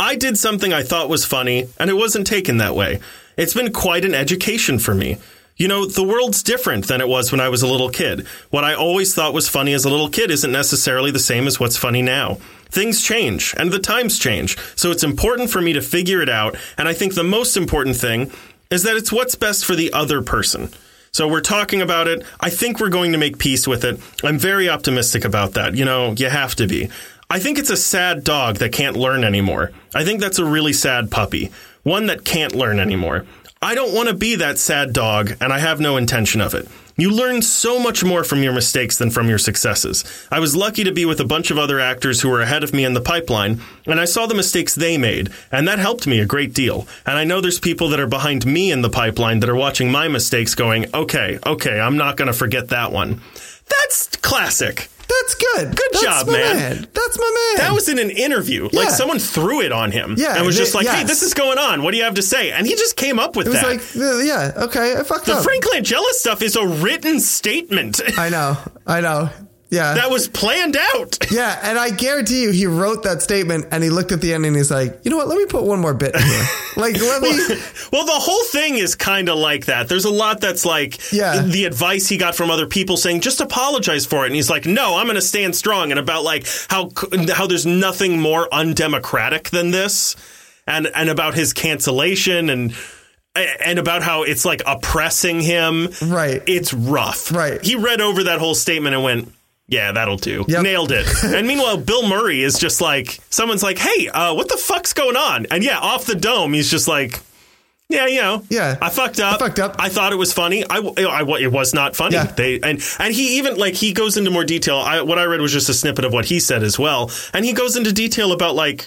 [SPEAKER 1] I did something I thought was funny, and it wasn't taken that way. It's been quite an education for me. You know, the world's different than it was when I was a little kid. What I always thought was funny as a little kid isn't necessarily the same as what's funny now. Things change, and the times change, so it's important for me to figure it out, and I think the most important thing is that it's what's best for the other person. So we're talking about it. I think we're going to make peace with it. I'm very optimistic about that. You know, you have to be. I think it's a sad dog that can't learn anymore. I think that's a really sad puppy, one that can't learn anymore. I don't want to be that sad dog, and I have no intention of it. You learn so much more from your mistakes than from your successes. I was lucky to be with a bunch of other actors who were ahead of me in the pipeline, and I saw the mistakes they made, and that helped me a great deal. And I know there's people that are behind me in the pipeline that are watching my mistakes going, okay, okay, I'm not going to forget that one. That's classic.
[SPEAKER 2] That's good. Good That's
[SPEAKER 1] job,
[SPEAKER 2] my
[SPEAKER 1] man.
[SPEAKER 2] That's my man.
[SPEAKER 1] That was in an interview. Like
[SPEAKER 2] Yeah.
[SPEAKER 1] someone threw it on him
[SPEAKER 2] Yeah,
[SPEAKER 1] and was
[SPEAKER 2] they-
[SPEAKER 1] just like, hey,
[SPEAKER 2] yes.
[SPEAKER 1] this is going on. What do you have to say? And he just came up with
[SPEAKER 2] It was
[SPEAKER 1] that.
[SPEAKER 2] like, oh. uh, yeah, okay, I fucked
[SPEAKER 1] the
[SPEAKER 2] up.
[SPEAKER 1] Frank Langella stuff is a written statement
[SPEAKER 2] I know, I know. Yeah.
[SPEAKER 1] that was planned out.
[SPEAKER 2] yeah, and I guarantee you, he wrote that statement and he looked at the end and he's like, you know what? Let me put one more bit in here. like, let me.
[SPEAKER 1] Well, the whole thing is kind of like that. There's a lot that's like
[SPEAKER 2] Yeah.
[SPEAKER 1] the advice he got from other people saying just apologize for it, and he's like, "No, I'm going to stand strong." And about like how c- how there's nothing more undemocratic than this, and and about his cancellation and and about how it's like oppressing him.
[SPEAKER 2] Right.
[SPEAKER 1] It's rough.
[SPEAKER 2] Right.
[SPEAKER 1] He read over that whole statement and went. Yeah, that'll do.
[SPEAKER 2] Yep.
[SPEAKER 1] Nailed it. and meanwhile, Bill Murray is just like, someone's like, hey, uh, what the fuck's going on? And yeah, off the dome, he's just like, yeah, you know.
[SPEAKER 2] Yeah.
[SPEAKER 1] I fucked up.
[SPEAKER 2] I fucked up.
[SPEAKER 1] I thought it was funny. I, I, I- it was not funny.
[SPEAKER 2] Yeah.
[SPEAKER 1] They and and he even like he goes into more detail. I, what I read was just a snippet of what he said as well, and he goes into detail about like.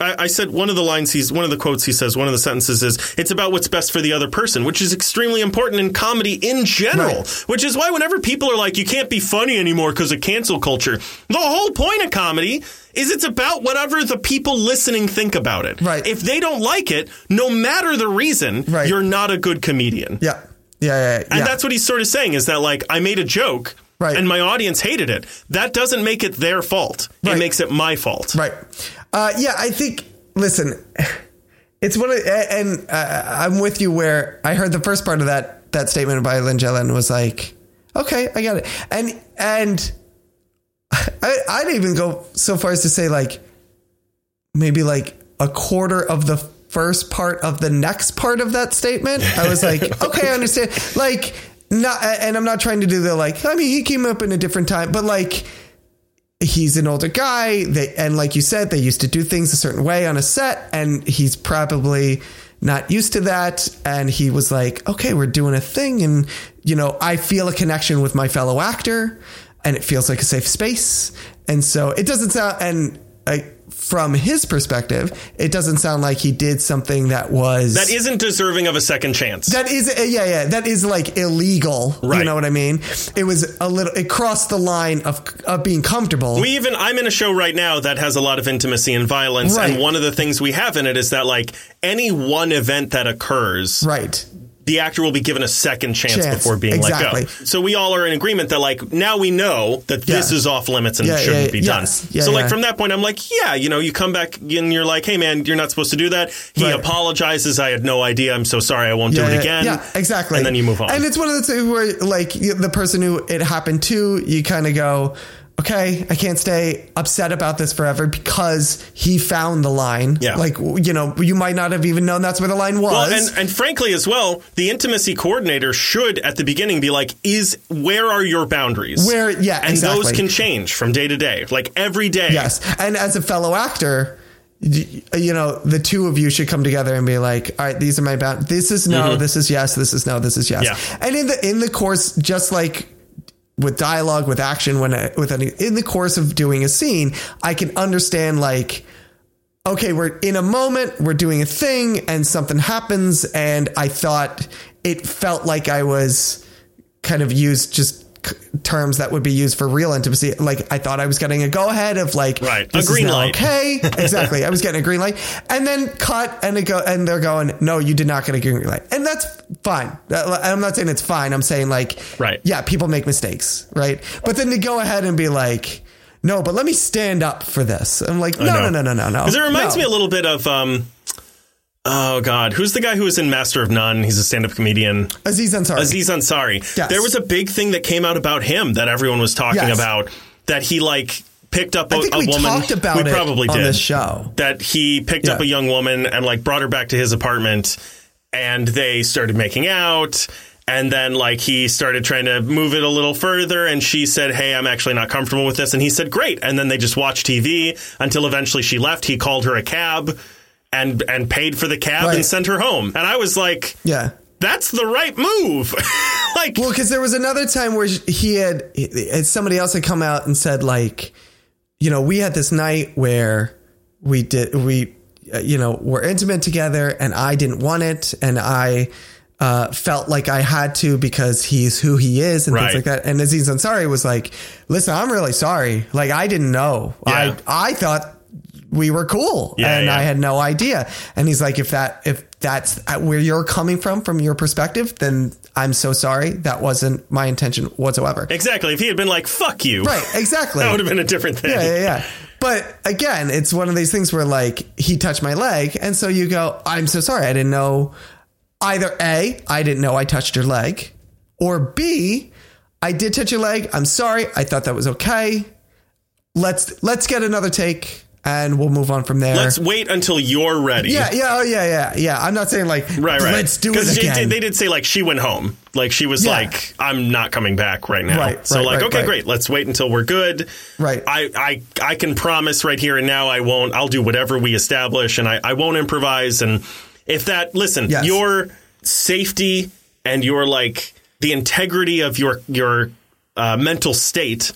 [SPEAKER 1] I, I said one of the lines he's one of the quotes he says one of the sentences is it's about what's best for the other person which is extremely important in comedy in general
[SPEAKER 2] Right.
[SPEAKER 1] which is why whenever people are like you can't be funny anymore because of cancel culture the whole point of comedy is it's about whatever the people listening think about it
[SPEAKER 2] Right.
[SPEAKER 1] if they don't like it, no matter the reason,
[SPEAKER 2] Right.
[SPEAKER 1] you're not a good comedian.
[SPEAKER 2] Yeah, yeah, yeah. yeah.
[SPEAKER 1] And that's what he's sort of saying is that like I made a joke
[SPEAKER 2] Right.
[SPEAKER 1] And my audience hated it. That doesn't make it their fault.
[SPEAKER 2] Right.
[SPEAKER 1] It makes it my fault.
[SPEAKER 2] Right. Uh, yeah, I think. Listen, it's one of a- and uh, I'm with you where I heard the first part of that that statement by Lynn Jelen was like, okay, I got it, and and I, I'd even go so far as to say like maybe like a quarter of the first part of the next part of that statement. I was like, okay, I understand. Like, not, and I'm not trying to do the like. I mean, he came up in a different time, but like, he's an older guy. They and like you said, they used to do things a certain way on a set, and he's probably not used to that. And he was like, okay, we're doing a thing, and you know, I feel a connection with my fellow actor, and it feels like a safe space. And so it doesn't sound and. I, from his perspective, it doesn't sound like he did something that was
[SPEAKER 1] That isn't deserving of a second chance.
[SPEAKER 2] that is uh, yeah yeah that is like illegal. You
[SPEAKER 1] Right.
[SPEAKER 2] know what I mean? It was a little it crossed the line of of being comfortable.
[SPEAKER 1] we even I'm in a show right now that has a lot of intimacy and violence,
[SPEAKER 2] Right.
[SPEAKER 1] and one of the things we have in it is that like any one event that occurs,
[SPEAKER 2] right.
[SPEAKER 1] the actor will be given a second chance,
[SPEAKER 2] Chance,
[SPEAKER 1] before being
[SPEAKER 2] exactly.
[SPEAKER 1] let go. So we all are in agreement that like now we know that this
[SPEAKER 2] Yeah.
[SPEAKER 1] is off limits and
[SPEAKER 2] Yeah,
[SPEAKER 1] shouldn't
[SPEAKER 2] yeah,
[SPEAKER 1] be
[SPEAKER 2] yes.
[SPEAKER 1] done.
[SPEAKER 2] Yeah,
[SPEAKER 1] so
[SPEAKER 2] yeah.
[SPEAKER 1] like from that point, I'm like, yeah, you know, you come back and you're like, hey man, you're not supposed to do that. He
[SPEAKER 2] Right.
[SPEAKER 1] apologizes. I had no idea. I'm so sorry. I won't do it again.
[SPEAKER 2] Yeah, exactly.
[SPEAKER 1] And then you move on.
[SPEAKER 2] And it's one of the two where, like, you- the person who it happened to, you kind of go, okay, I can't stay upset about this forever because he found the line.
[SPEAKER 1] Yeah.
[SPEAKER 2] Like, you know, you might not have even known that's where the line was.
[SPEAKER 1] Well, Oh, and, and frankly, as well, the intimacy coordinator should at the beginning be like, "Is where are your boundaries?
[SPEAKER 2] Where- yeah,
[SPEAKER 1] and
[SPEAKER 2] exactly.
[SPEAKER 1] those can change from day to day, like every day.
[SPEAKER 2] Yes. And as a fellow actor, y- you know, the two of you should come together and be like, all right, these are my bounds. This is no, this is yes, this is no, this is yes.
[SPEAKER 1] Yeah.
[SPEAKER 2] And in the, in the course, just like with dialogue, with action, when, I- with any, in the course of doing a scene, I can understand like, okay, we're in a moment, we're doing a thing, and something happens, and I thought it felt like I was kind of used just c- terms that would be used for real intimacy. Like I thought I was getting a go ahead of like
[SPEAKER 1] Right, a
[SPEAKER 2] this is
[SPEAKER 1] green
[SPEAKER 2] now
[SPEAKER 1] light.
[SPEAKER 2] Okay, exactly. I was getting a green light, and then cut, and it go, and they're going, no, you did not get a green light, and that's fine. That- I'm not saying it's fine. I'm saying like,
[SPEAKER 1] Right.
[SPEAKER 2] yeah, people make mistakes, right? But then to go ahead and be like. No, but let me stand up for this. I'm like, no, no,
[SPEAKER 1] know.
[SPEAKER 2] no, no, no, no.
[SPEAKER 1] because it reminds
[SPEAKER 2] No.
[SPEAKER 1] me a little bit of um, oh god, who's the guy who was in Master of None? He's a stand-up comedian.
[SPEAKER 2] Aziz Ansari.
[SPEAKER 1] Aziz Ansari.
[SPEAKER 2] Yes.
[SPEAKER 1] There was a big thing that came out about him that everyone was talking
[SPEAKER 2] Yes.
[SPEAKER 1] about that he like picked up a,
[SPEAKER 2] I think
[SPEAKER 1] a
[SPEAKER 2] we
[SPEAKER 1] woman.
[SPEAKER 2] talked about
[SPEAKER 1] we
[SPEAKER 2] it
[SPEAKER 1] probably
[SPEAKER 2] on
[SPEAKER 1] did
[SPEAKER 2] this show.
[SPEAKER 1] that he picked up
[SPEAKER 2] Yeah.
[SPEAKER 1] a young woman and like brought her back to his apartment and they started making out and then like he started trying to move it a little further and she said hey i'm actually not comfortable with this and he said great and then they just watched tv until eventually she left he called her a cab and and paid for the cab
[SPEAKER 2] Right.
[SPEAKER 1] and sent her home and i was like
[SPEAKER 2] Yeah.
[SPEAKER 1] that's the right move like
[SPEAKER 2] Well, because there was another time where he had and somebody else had come out and said like, you know, we had this night where we did we, uh, you know, were intimate together, and I didn't want it, and I. Uh, felt like I had to because he's who he is and things
[SPEAKER 1] Right.
[SPEAKER 2] like that. And Aziz Ansari was like, "Listen, I'm really sorry. Like I didn't know.
[SPEAKER 1] Yeah.
[SPEAKER 2] I I thought we were cool,
[SPEAKER 1] Yeah,
[SPEAKER 2] and
[SPEAKER 1] yeah.
[SPEAKER 2] I had no idea. And he's like, if that if that's where you're coming from, from your perspective, then I'm so sorry. That wasn't my intention whatsoever.
[SPEAKER 1] exactly if he had been like fuck you
[SPEAKER 2] Right? Exactly.
[SPEAKER 1] that would have been a different thing
[SPEAKER 2] yeah, yeah, yeah. But again, it's one of these things where like he touched my leg, and so you go, I'm so sorry. I didn't know either a I didn't know I touched your leg, or b I did touch your leg. I'm sorry. I thought that was okay. Let's let's get another take, and we'll move on from there.
[SPEAKER 1] let's wait until you're ready
[SPEAKER 2] Yeah, yeah, oh, yeah, yeah, yeah. I'm not saying like
[SPEAKER 1] Right, right.
[SPEAKER 2] let's do it
[SPEAKER 1] 'Cause she
[SPEAKER 2] again.
[SPEAKER 1] did- they did say like she went home. Like she was
[SPEAKER 2] Yeah.
[SPEAKER 1] like, I'm not coming back right now.
[SPEAKER 2] Right,
[SPEAKER 1] so
[SPEAKER 2] right,
[SPEAKER 1] like,
[SPEAKER 2] right,
[SPEAKER 1] okay,
[SPEAKER 2] right.
[SPEAKER 1] great. Let's wait until we're good.
[SPEAKER 2] Right.
[SPEAKER 1] I, I I can promise right here and now I won't. I'll do whatever we establish and I, I won't improvise. And if that listen,
[SPEAKER 2] Yes.
[SPEAKER 1] your safety and your like the integrity of your your uh, mental state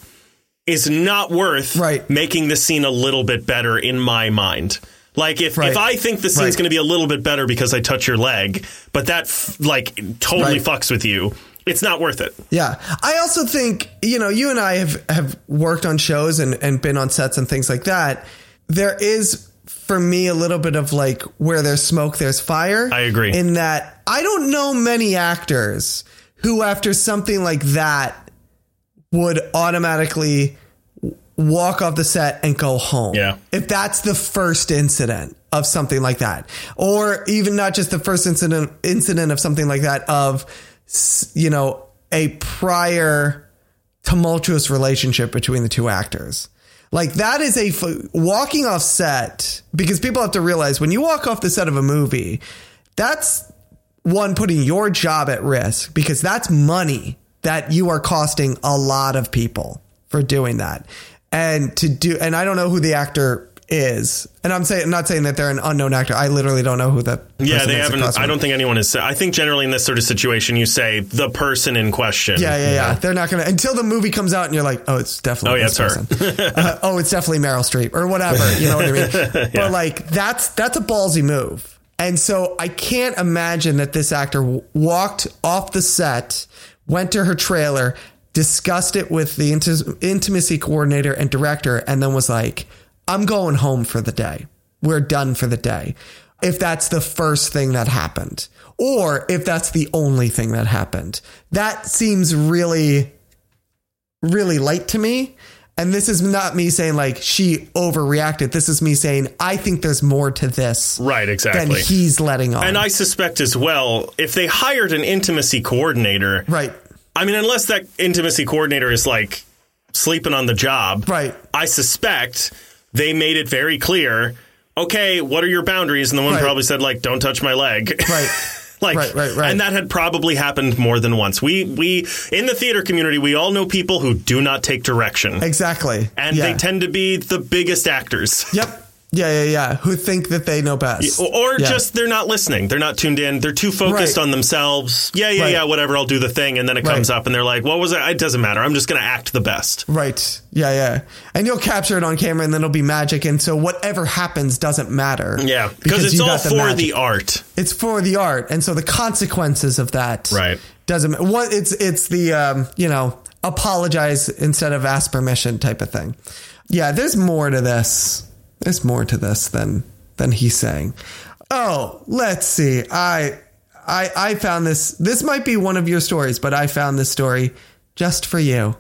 [SPEAKER 1] is not worth
[SPEAKER 2] Right.
[SPEAKER 1] making the scene a little bit better in my mind. Like if,
[SPEAKER 2] Right.
[SPEAKER 1] if I think the scene's
[SPEAKER 2] Right.
[SPEAKER 1] going to be a little bit better because I touch your leg, but that f- like totally
[SPEAKER 2] Right.
[SPEAKER 1] fucks with you. It's not worth it.
[SPEAKER 2] yeah, I also think you know you and I have have worked on shows and and been on sets and things like that. There is for me a little bit of like where there's smoke, there's fire.
[SPEAKER 1] I agree.
[SPEAKER 2] In that I don't know many actors who after something like that would automatically walk off the set and go home.
[SPEAKER 1] Yeah.
[SPEAKER 2] If that's the first incident of something like that, or even not just the first incident incident of something like that of s- you know a prior tumultuous relationship between the two actors. Like that is a f- walking off set because people have to realize when you walk off the set of a movie, that's one putting your job at risk because that's money that you are costing a lot of people for doing that. And to do and I don't know who the actor is. And I'm saying I'm not saying that they're an unknown actor. I literally don't know who the
[SPEAKER 1] Yeah,
[SPEAKER 2] person
[SPEAKER 1] they
[SPEAKER 2] is
[SPEAKER 1] haven't.
[SPEAKER 2] across
[SPEAKER 1] I
[SPEAKER 2] from me.
[SPEAKER 1] don't think anyone has said. I think generally in this sort of situation, you say the person in question.
[SPEAKER 2] Yeah, yeah, yeah. They're not gonna until the movie comes out and you're like, oh, it's definitely
[SPEAKER 1] Oh, yeah,
[SPEAKER 2] this
[SPEAKER 1] it's her.
[SPEAKER 2] person. Uh, oh, it's definitely Meryl Streep or whatever. You know what I mean? But like that's that's a ballsy move. And so I can't imagine that this actor w- walked off the set, went to her trailer, discussed it with the inti- intimacy coordinator and director, and then was like, I'm going home for the day. We're done for the day. If that's the first thing that happened, or if that's the only thing that happened, that seems really really light to me. And this is not me saying like she overreacted. This is me saying I think there's more to this
[SPEAKER 1] Right.
[SPEAKER 2] than
[SPEAKER 1] Exactly.
[SPEAKER 2] he's letting on.
[SPEAKER 1] and I suspect as well, if they hired an intimacy coordinator,
[SPEAKER 2] right,
[SPEAKER 1] I mean, unless that intimacy coordinator is like sleeping on the job,
[SPEAKER 2] right,
[SPEAKER 1] I suspect they made it very clear. Okay, what are your boundaries? And the one
[SPEAKER 2] Right.
[SPEAKER 1] probably said like, "Don't touch my leg."
[SPEAKER 2] right.
[SPEAKER 1] like
[SPEAKER 2] Right, right, right.
[SPEAKER 1] and that had probably happened more than once we we in the theater community we all know people who do not take direction
[SPEAKER 2] exactly.
[SPEAKER 1] and
[SPEAKER 2] yeah.
[SPEAKER 1] they tend to be the biggest actors
[SPEAKER 2] Yep. Yeah, yeah, yeah. Who think that they know best.
[SPEAKER 1] or, or
[SPEAKER 2] Yeah.
[SPEAKER 1] just they're not listening they're not tuned in they're too focused
[SPEAKER 2] Right.
[SPEAKER 1] on themselves yeah yeah
[SPEAKER 2] Right.
[SPEAKER 1] yeah whatever i'll do the thing and then it comes
[SPEAKER 2] Right.
[SPEAKER 1] up and they're like what was it it doesn't matter i'm just going to act the best
[SPEAKER 2] Right. Yeah, yeah. And you'll capture it on camera and then it'll be magic. And so whatever happens doesn't matter.
[SPEAKER 1] yeah because it's
[SPEAKER 2] you
[SPEAKER 1] all
[SPEAKER 2] got
[SPEAKER 1] for
[SPEAKER 2] magic.
[SPEAKER 1] the art
[SPEAKER 2] it's for the art, and so the consequences of that
[SPEAKER 1] Right.
[SPEAKER 2] doesn't ma- what it's it's the um, you know apologize instead of ask permission type of thing. Yeah, there's more to this. There's more to this than than he's saying. Oh, let's see. I I I found this. This might be one of your stories, but I found this story just for you.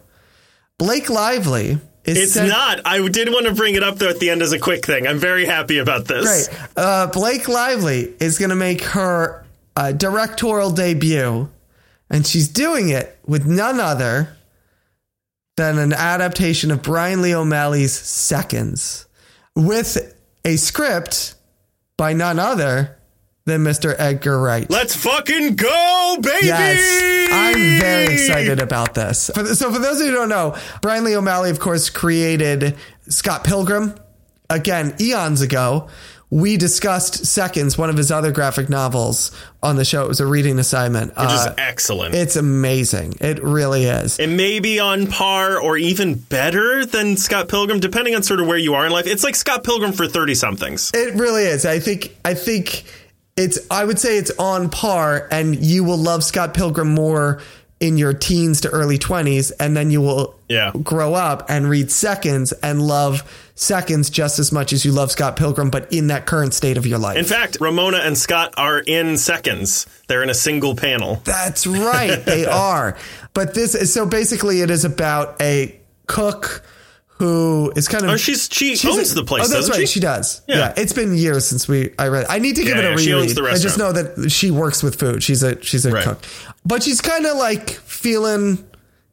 [SPEAKER 2] Blake Lively is
[SPEAKER 1] it's
[SPEAKER 2] sent-
[SPEAKER 1] not i did want to bring it up though at the end as a quick thing i'm very happy about this
[SPEAKER 2] Great. Uh, Blake Lively is going to make her uh, directorial debut, and she's doing it with none other than an adaptation of Brian Lee O'Malley's Seconds with a script by none other than Mr. Edgar Wright.
[SPEAKER 1] let's fucking go baby
[SPEAKER 2] Yes, I'm very excited about this. For th- so, for those of you who don't know, Brian Lee O'Malley, of course, created Scott Pilgrim. Again, eons ago, we discussed Seconds, one of his other graphic novels, on the show. It was a reading assignment.
[SPEAKER 1] which is
[SPEAKER 2] Uh,
[SPEAKER 1] excellent
[SPEAKER 2] it's amazing. It really is.
[SPEAKER 1] it may be on par or even better than Scott Pilgrim, depending on sort of where you are in life. It's like Scott Pilgrim for 30 somethings.
[SPEAKER 2] It really is. I think. I think it's. I would say it's on par, and you will love Scott Pilgrim more in your teens to early twenties, and then you will
[SPEAKER 1] Yeah.
[SPEAKER 2] grow up and read Seconds and love Seconds just as much as you love Scott Pilgrim, but in that current state of your life.
[SPEAKER 1] In fact, Ramona and Scott are in seconds. They're in a single panel.
[SPEAKER 2] That's right, they are. But this is so basically, it is about a cook who is kind of.
[SPEAKER 1] Or Oh, she's she owns the place,
[SPEAKER 2] Oh, that's
[SPEAKER 1] doesn't
[SPEAKER 2] right. She,
[SPEAKER 1] she?
[SPEAKER 2] does. Yeah. It's been years since we I read. I need to give
[SPEAKER 1] Yeah,
[SPEAKER 2] it
[SPEAKER 1] yeah,
[SPEAKER 2] a reread.
[SPEAKER 1] she owns the
[SPEAKER 2] I just know that she works with food. She's a she's a
[SPEAKER 1] Right.
[SPEAKER 2] cook, but she's kind of like feeling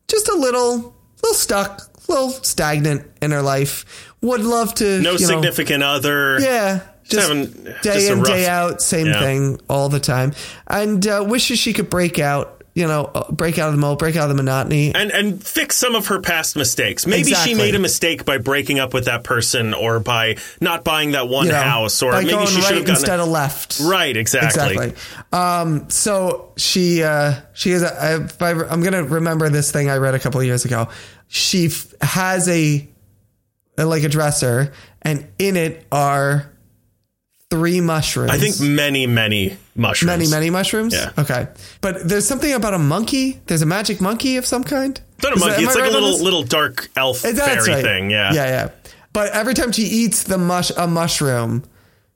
[SPEAKER 2] just a little little stuck, little stagnant in her life. Would love to
[SPEAKER 1] No
[SPEAKER 2] you know,
[SPEAKER 1] significant other.
[SPEAKER 2] yeah. Just
[SPEAKER 1] having
[SPEAKER 2] day
[SPEAKER 1] just a
[SPEAKER 2] in, day
[SPEAKER 1] rough-
[SPEAKER 2] out, same
[SPEAKER 1] yeah.
[SPEAKER 2] thing all the time. And uh, wishes she could break out, you know, uh, break out of the mold, break out of the monotony.
[SPEAKER 1] And and fix some of her past mistakes. Maybe
[SPEAKER 2] Exactly.
[SPEAKER 1] she made a mistake by breaking up with that person or by not buying that one
[SPEAKER 2] You know,
[SPEAKER 1] house or
[SPEAKER 2] by
[SPEAKER 1] maybe
[SPEAKER 2] going
[SPEAKER 1] she should
[SPEAKER 2] right
[SPEAKER 1] have gotten
[SPEAKER 2] instead of left.
[SPEAKER 1] Right,
[SPEAKER 2] Exactly. Um, so she uh, she is. A, I, if I, I'm going to remember this thing I read a couple of years ago. She f- has a like a dresser, and in it are three mushrooms.
[SPEAKER 1] I think many, many mushrooms.
[SPEAKER 2] Many, many mushrooms?
[SPEAKER 1] Yeah.
[SPEAKER 2] Okay. But there's something about a monkey. There's a magic monkey of some kind.
[SPEAKER 1] It's not a
[SPEAKER 2] Is that-
[SPEAKER 1] monkey.
[SPEAKER 2] am
[SPEAKER 1] It's
[SPEAKER 2] I
[SPEAKER 1] like a
[SPEAKER 2] right on
[SPEAKER 1] little
[SPEAKER 2] this?
[SPEAKER 1] little dark elf
[SPEAKER 2] That's
[SPEAKER 1] fairy
[SPEAKER 2] right.
[SPEAKER 1] thing. Yeah.
[SPEAKER 2] Yeah, yeah. But every time she eats the mush a mushroom,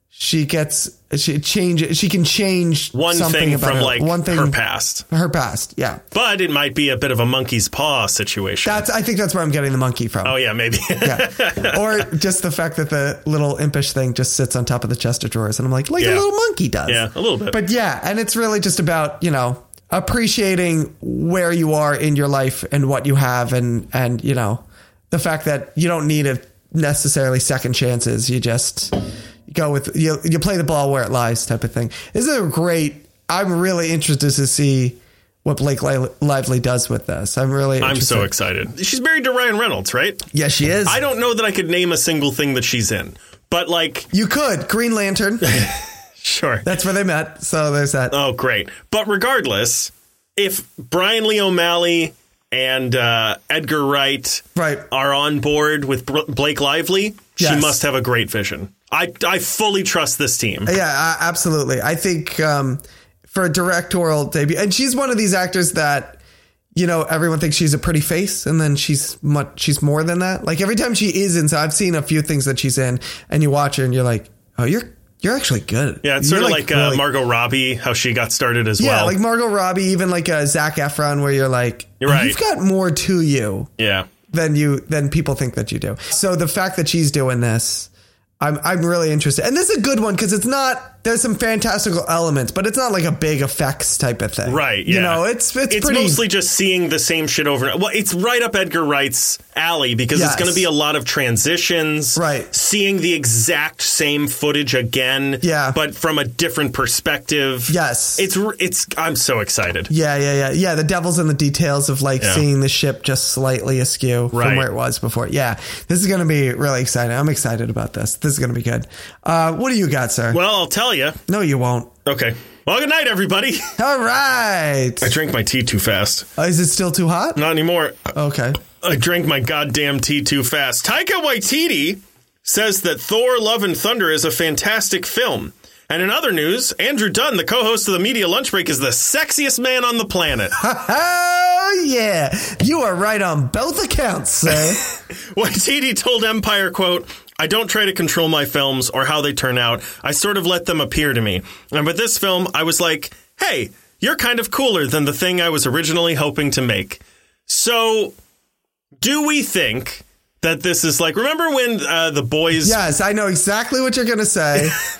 [SPEAKER 2] she gets she change she can change
[SPEAKER 1] One
[SPEAKER 2] something
[SPEAKER 1] thing
[SPEAKER 2] about
[SPEAKER 1] from
[SPEAKER 2] her-
[SPEAKER 1] like
[SPEAKER 2] one thing
[SPEAKER 1] her past,
[SPEAKER 2] her past. Yeah,
[SPEAKER 1] but it might be a bit of a monkey's paw situation.
[SPEAKER 2] that's I think that's where I'm getting the monkey from.
[SPEAKER 1] oh yeah, maybe.
[SPEAKER 2] yeah. Or just the fact that the little impish thing just sits on top of the chest of drawers. And I'm like, like
[SPEAKER 1] Yeah.
[SPEAKER 2] a little monkey does.
[SPEAKER 1] Yeah, a little bit.
[SPEAKER 2] But yeah, and it's really just about, you know, appreciating where you are in your life and what you have and and you know, the fact that you don't need a necessarily second chances. You just go with you you play the ball where it lies type of thing. This is a great I'm really interested to see what Blake Li- Lively does with this. I'm really
[SPEAKER 1] I'm
[SPEAKER 2] interested.
[SPEAKER 1] so excited. She's married to Ryan Reynolds, right?
[SPEAKER 2] Yeah, she is.
[SPEAKER 1] I don't know that I could name a single thing that she's in, but like,
[SPEAKER 2] you could Green Lantern.
[SPEAKER 1] sure.
[SPEAKER 2] That's where they met. So there's that.
[SPEAKER 1] Oh, great. But regardless, if Brian Lee O'Malley and uh, Edgar Wright
[SPEAKER 2] Right.
[SPEAKER 1] are on board with Br- Blake Lively, she
[SPEAKER 2] Yes.
[SPEAKER 1] must have a great vision. I, I fully trust this team.
[SPEAKER 2] Yeah, uh, absolutely. I think um, for a directorial debut, and she's one of these actors that you know everyone thinks she's a pretty face, and then she's much she's more than that. Like every time she is in, so I've seen a few things that she's in, and you watch her, and you're like, oh, you're you're actually good.
[SPEAKER 1] Yeah, it's
[SPEAKER 2] You're,
[SPEAKER 1] sort of like, uh,
[SPEAKER 2] really-
[SPEAKER 1] Margot Robbie, how she got started as
[SPEAKER 2] Yeah,
[SPEAKER 1] well.
[SPEAKER 2] like Margot Robbie, even like a Zach Efron, where you're like, "Oh,
[SPEAKER 1] You're right.
[SPEAKER 2] you've got more to you
[SPEAKER 1] yeah.
[SPEAKER 2] than you than people think that you do. So the fact that she's doing this, I'm I'm really interested. And this is a good one because it's not there's some fantastical elements, but it's not like a big effects type of thing.
[SPEAKER 1] Right, yeah.
[SPEAKER 2] You know, it's it's,
[SPEAKER 1] It's
[SPEAKER 2] pretty
[SPEAKER 1] mostly just seeing the same shit over. Well, it's right up Edgar Wright's alley because it's
[SPEAKER 2] Yes.
[SPEAKER 1] going to be a lot of transitions.
[SPEAKER 2] Right.
[SPEAKER 1] Seeing the exact same footage again.
[SPEAKER 2] Yeah.
[SPEAKER 1] But from a different perspective.
[SPEAKER 2] Yes.
[SPEAKER 1] It's r- it's. I'm so excited.
[SPEAKER 2] yeah, yeah, yeah. Yeah, the devil's in the details of like
[SPEAKER 1] Yeah.
[SPEAKER 2] seeing the ship just slightly askew
[SPEAKER 1] Right.
[SPEAKER 2] from where it was before. Yeah. This is going to be really exciting. I'm excited about this. This is going to be good. Uh, what do you got, sir?
[SPEAKER 1] Well, I'll tell you.
[SPEAKER 2] no, you won't.
[SPEAKER 1] Okay. Well, good night, everybody.
[SPEAKER 2] All right.
[SPEAKER 1] I drank my tea too fast.
[SPEAKER 2] Uh, is it still too hot?
[SPEAKER 1] Not anymore.
[SPEAKER 2] Okay.
[SPEAKER 1] I drank my goddamn tea too fast. Taika Waititi says that Thor: Love and Thunder is a fantastic film. And in other news, Andrew Dunn, the co-host of the Media Lunch Break, is the sexiest man on the planet.
[SPEAKER 2] Oh yeah, you are right on both accounts, sir.
[SPEAKER 1] Waititi told Empire, "quote I don't try to control my films or how they turn out. I sort of let them appear to me. And with this film, I was like, hey, you're kind of cooler than the thing I was originally hoping to make. So, do we think?" That this is like, remember when uh, the boys
[SPEAKER 2] yes, I know exactly what you're gonna say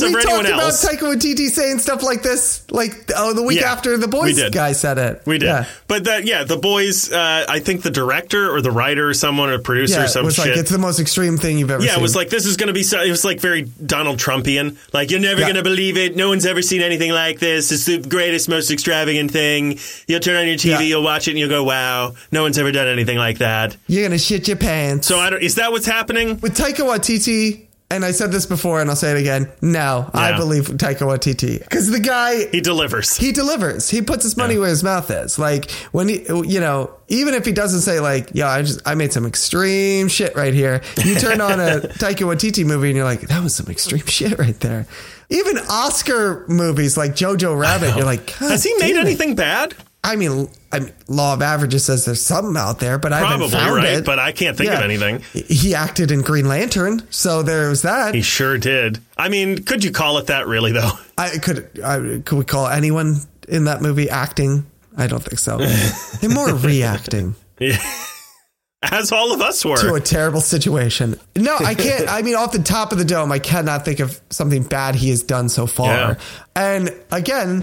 [SPEAKER 1] So
[SPEAKER 2] we
[SPEAKER 1] for
[SPEAKER 2] talked
[SPEAKER 1] anyone
[SPEAKER 2] about
[SPEAKER 1] else-
[SPEAKER 2] Taika Waititi saying stuff like this, like oh, the week
[SPEAKER 1] Yeah,
[SPEAKER 2] after the boys
[SPEAKER 1] we did.
[SPEAKER 2] guy said it.
[SPEAKER 1] We did.
[SPEAKER 2] Yeah.
[SPEAKER 1] But that, yeah, the boys, uh, I think the director or the writer or someone or producer
[SPEAKER 2] Yeah,
[SPEAKER 1] or
[SPEAKER 2] it
[SPEAKER 1] some
[SPEAKER 2] was
[SPEAKER 1] shit.
[SPEAKER 2] like it's the most extreme thing you've ever
[SPEAKER 1] yeah,
[SPEAKER 2] seen.
[SPEAKER 1] it was like, this is going to be, so, it was like very Donald Trumpian. Like, you're never
[SPEAKER 2] Yeah.
[SPEAKER 1] going to believe it. No one's ever seen anything like this. It's the greatest, most extravagant thing. You'll turn on your TV,
[SPEAKER 2] Yeah.
[SPEAKER 1] you'll watch it, and you'll go, wow, no one's ever done anything like that.
[SPEAKER 2] you're gonna shit your pants.
[SPEAKER 1] So, I don't, is that what's happening?
[SPEAKER 2] With Taika Waititi, and I said this before, and I'll say it again. No, I
[SPEAKER 1] Yeah.
[SPEAKER 2] believe Taika Waititi because the guy
[SPEAKER 1] He delivers.
[SPEAKER 2] he delivers. He puts his money where his mouth is. Like when he, you know, even if he doesn't say like, "Yeah, I just I made some extreme shit right here," you turn on a Taika Waititi movie and you're like, "That was some extreme shit right there." Even Oscar movies like Jojo Rabbit, you're like, God
[SPEAKER 1] Has he made
[SPEAKER 2] damn it.
[SPEAKER 1] anything bad?
[SPEAKER 2] I mean, I mean, Law of Averages says there's something out there, but I
[SPEAKER 1] Probably,
[SPEAKER 2] haven't found
[SPEAKER 1] right?
[SPEAKER 2] it.
[SPEAKER 1] But I can't think of
[SPEAKER 2] Yeah.
[SPEAKER 1] anything.
[SPEAKER 2] he acted in Green Lantern, so there was that.
[SPEAKER 1] He sure did. I mean, could you call it that really, though?
[SPEAKER 2] I could I, could we call anyone in that movie acting? I don't think so. They're more reacting
[SPEAKER 1] As all of us were.
[SPEAKER 2] to a terrible situation. No, I can't. I mean, off the top of the dome, I cannot think of something bad he has done so far.
[SPEAKER 1] Yeah.
[SPEAKER 2] And again,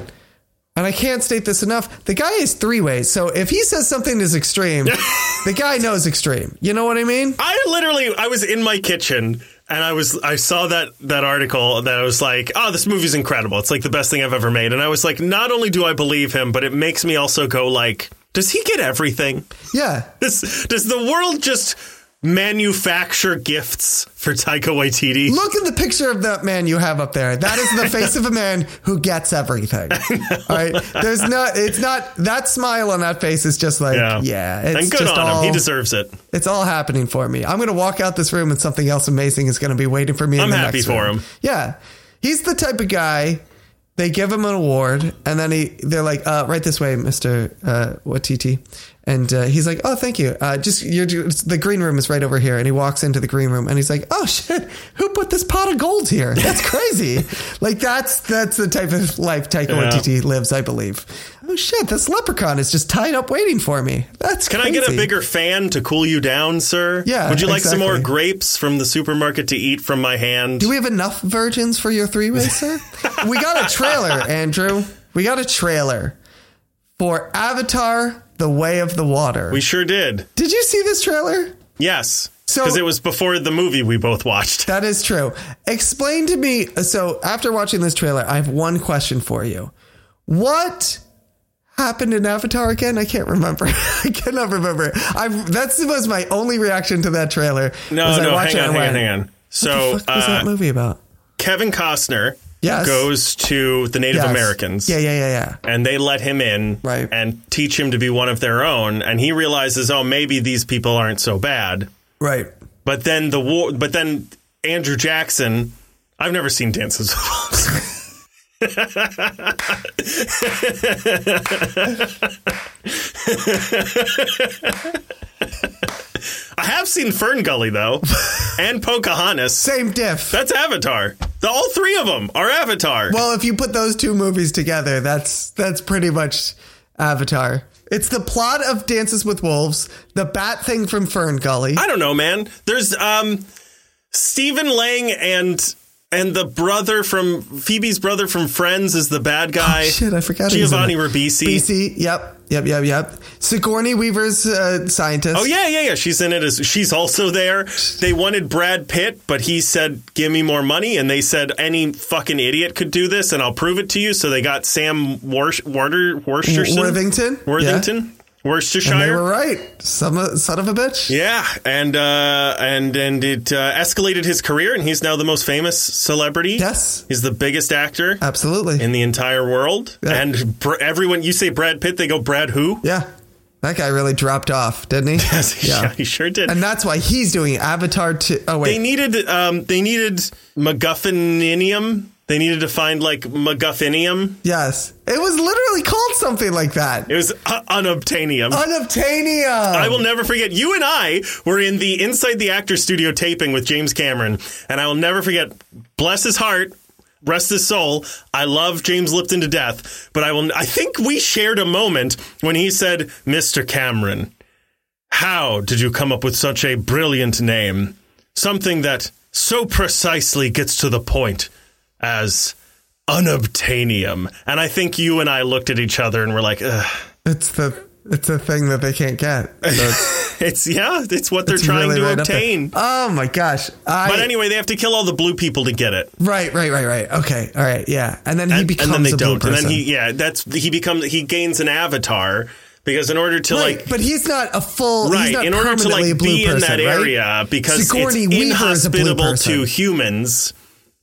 [SPEAKER 2] and I can't state this enough. The guy is three ways. So if he says something is extreme, the guy knows extreme. You know what I mean?
[SPEAKER 1] I literally I was in my kitchen and I was I saw that that article that I was like, oh, this movie's incredible. It's like the best thing I've ever made. And I was like, not only do I believe him, but it makes me also go like, does he get everything?
[SPEAKER 2] Yeah.
[SPEAKER 1] Does does the world just manufacture gifts for Taika Waititi?
[SPEAKER 2] Look at the picture of that man you have up there. That is the face of a man who gets everything. All right. There's no, it's not, that smile on that face is just like, yeah, it's
[SPEAKER 1] and good
[SPEAKER 2] just
[SPEAKER 1] on
[SPEAKER 2] all,
[SPEAKER 1] him. He deserves it.
[SPEAKER 2] it's all happening for me. I'm going to walk out this room and something else amazing is going to be waiting for me.
[SPEAKER 1] I'm
[SPEAKER 2] in the
[SPEAKER 1] happy
[SPEAKER 2] next
[SPEAKER 1] for
[SPEAKER 2] room.
[SPEAKER 1] him.
[SPEAKER 2] Yeah. He's the type of guy they give him an award, and then he they're like, uh, "Right this way, Mister uh, Watiti," and uh, he's like, "Oh, thank you. Uh, just you're it's- the green room is right over here." And he walks into the green room, and he's like, "Oh shit, who put this pot of gold here? That's crazy. like that's that's the type of life Taika
[SPEAKER 1] Yeah.
[SPEAKER 2] Waititi lives, I believe. Oh shit, this leprechaun is just tied up waiting for me. That's
[SPEAKER 1] Can I get a
[SPEAKER 2] crazy."
[SPEAKER 1] bigger fan to cool you down, sir?
[SPEAKER 2] Yeah,
[SPEAKER 1] Would you like some more
[SPEAKER 2] exactly.
[SPEAKER 1] grapes from the supermarket to eat from my hand?
[SPEAKER 2] Do we have enough virgins for your three way, sir? we got a trailer, Andrew. We got a trailer for Avatar The Way of the Water.
[SPEAKER 1] We sure did.
[SPEAKER 2] Did you see this trailer?
[SPEAKER 1] Yes.
[SPEAKER 2] So-
[SPEAKER 1] Because it was before the movie we both watched.
[SPEAKER 2] That is true. Explain to me. So, after watching this trailer, I have one question for you. What happened in Avatar again? I can't remember. I cannot remember. I that was my only reaction to that trailer.
[SPEAKER 1] No,
[SPEAKER 2] was I
[SPEAKER 1] no,
[SPEAKER 2] watched
[SPEAKER 1] hang
[SPEAKER 2] it
[SPEAKER 1] on, hang on,
[SPEAKER 2] and went,
[SPEAKER 1] hang on.
[SPEAKER 2] What
[SPEAKER 1] So
[SPEAKER 2] the fuck was
[SPEAKER 1] uh,
[SPEAKER 2] that movie about?
[SPEAKER 1] Kevin Costner
[SPEAKER 2] Yes.
[SPEAKER 1] goes to the Native
[SPEAKER 2] Yes.
[SPEAKER 1] Americans.
[SPEAKER 2] Yeah, yeah, yeah, yeah.
[SPEAKER 1] and they let him in
[SPEAKER 2] Right.
[SPEAKER 1] and teach him to be one of their own and he realizes oh maybe these people aren't so bad
[SPEAKER 2] Right.
[SPEAKER 1] but then the war but then andrew jackson i've never seen dances with wolves i have seen fern gully though and pocahontas
[SPEAKER 2] Same diff.
[SPEAKER 1] that's avatar the, all three of them are avatar
[SPEAKER 2] Well, if you put those two movies together, that's that's pretty much Avatar. It's the plot of Dances with Wolves, the bat thing from Fern Gully.
[SPEAKER 1] I don't know, man. There's um Stephen Lang and and the brother from Phoebe's brother from Friends is the bad guy.
[SPEAKER 2] Oh, Shit, I forgot. he was in
[SPEAKER 1] Giovanni
[SPEAKER 2] it.
[SPEAKER 1] Ribisi.
[SPEAKER 2] BC. Yep. Yep. Yep. Yep. Sigourney Weaver's uh, scientist.
[SPEAKER 1] Oh yeah, yeah, yeah. She's in it as she's also there. They wanted Brad Pitt, but he said, "Give me more money," and they said, "Any fucking idiot could do this, and I'll prove it to you." So they got Sam Warsh, Warder, Worcesterson,
[SPEAKER 2] Worthington? Yeah.
[SPEAKER 1] Worthington, Worcestershire.
[SPEAKER 2] They were right. Some son of a bitch.
[SPEAKER 1] Yeah, and uh, and and it uh, escalated his career, and he's now the most famous celebrity.
[SPEAKER 2] Yes.
[SPEAKER 1] he's the biggest actor
[SPEAKER 2] Absolutely.
[SPEAKER 1] in the entire world.
[SPEAKER 2] Yeah.
[SPEAKER 1] And br- everyone, you say Brad Pitt, they go Brad who?
[SPEAKER 2] yeah. That guy really dropped off, didn't he?
[SPEAKER 1] Yes, he,
[SPEAKER 2] Yeah.
[SPEAKER 1] he sure did.
[SPEAKER 2] And that's why he's doing Avatar 2. Oh, wait.
[SPEAKER 1] they needed um, they needed MacGuffinium. They needed to find like MacGuffinium.
[SPEAKER 2] yes. It was literally called something like that.
[SPEAKER 1] It was uh, unobtainium.
[SPEAKER 2] Unobtainium.
[SPEAKER 1] I will never forget. You and I were in the Inside the Actor Studio taping with James Cameron, and I will never forget. Bless his heart, rest his soul. I love James Lipton to death, but I will. I think we shared a moment when he said, "Mr. Cameron, how did you come up with such a brilliant name? Something that so precisely gets to the point as." Unobtainium. And I think you and I looked at each other and were like, Ugh.
[SPEAKER 2] It's the it's a thing that they can't get. So it's
[SPEAKER 1] It's yeah, it's what they're trying
[SPEAKER 2] really
[SPEAKER 1] to
[SPEAKER 2] right up there.
[SPEAKER 1] obtain.
[SPEAKER 2] Oh my gosh! I,
[SPEAKER 1] But anyway, they have to kill all the blue people to get it.
[SPEAKER 2] right, right, right, right. Okay, all right, yeah. And then he becomes
[SPEAKER 1] and then they
[SPEAKER 2] a
[SPEAKER 1] don't.
[SPEAKER 2] blue person.
[SPEAKER 1] And then he yeah, that's he becomes he gains an avatar because in order to
[SPEAKER 2] right,
[SPEAKER 1] like
[SPEAKER 2] but he's not a full. He's
[SPEAKER 1] right
[SPEAKER 2] not
[SPEAKER 1] in order to
[SPEAKER 2] permanently a
[SPEAKER 1] like
[SPEAKER 2] blue
[SPEAKER 1] be in
[SPEAKER 2] person,
[SPEAKER 1] that
[SPEAKER 2] right?
[SPEAKER 1] area because
[SPEAKER 2] Sigourney
[SPEAKER 1] it's
[SPEAKER 2] Weaver is a blue
[SPEAKER 1] inhospitable to
[SPEAKER 2] person.
[SPEAKER 1] humans,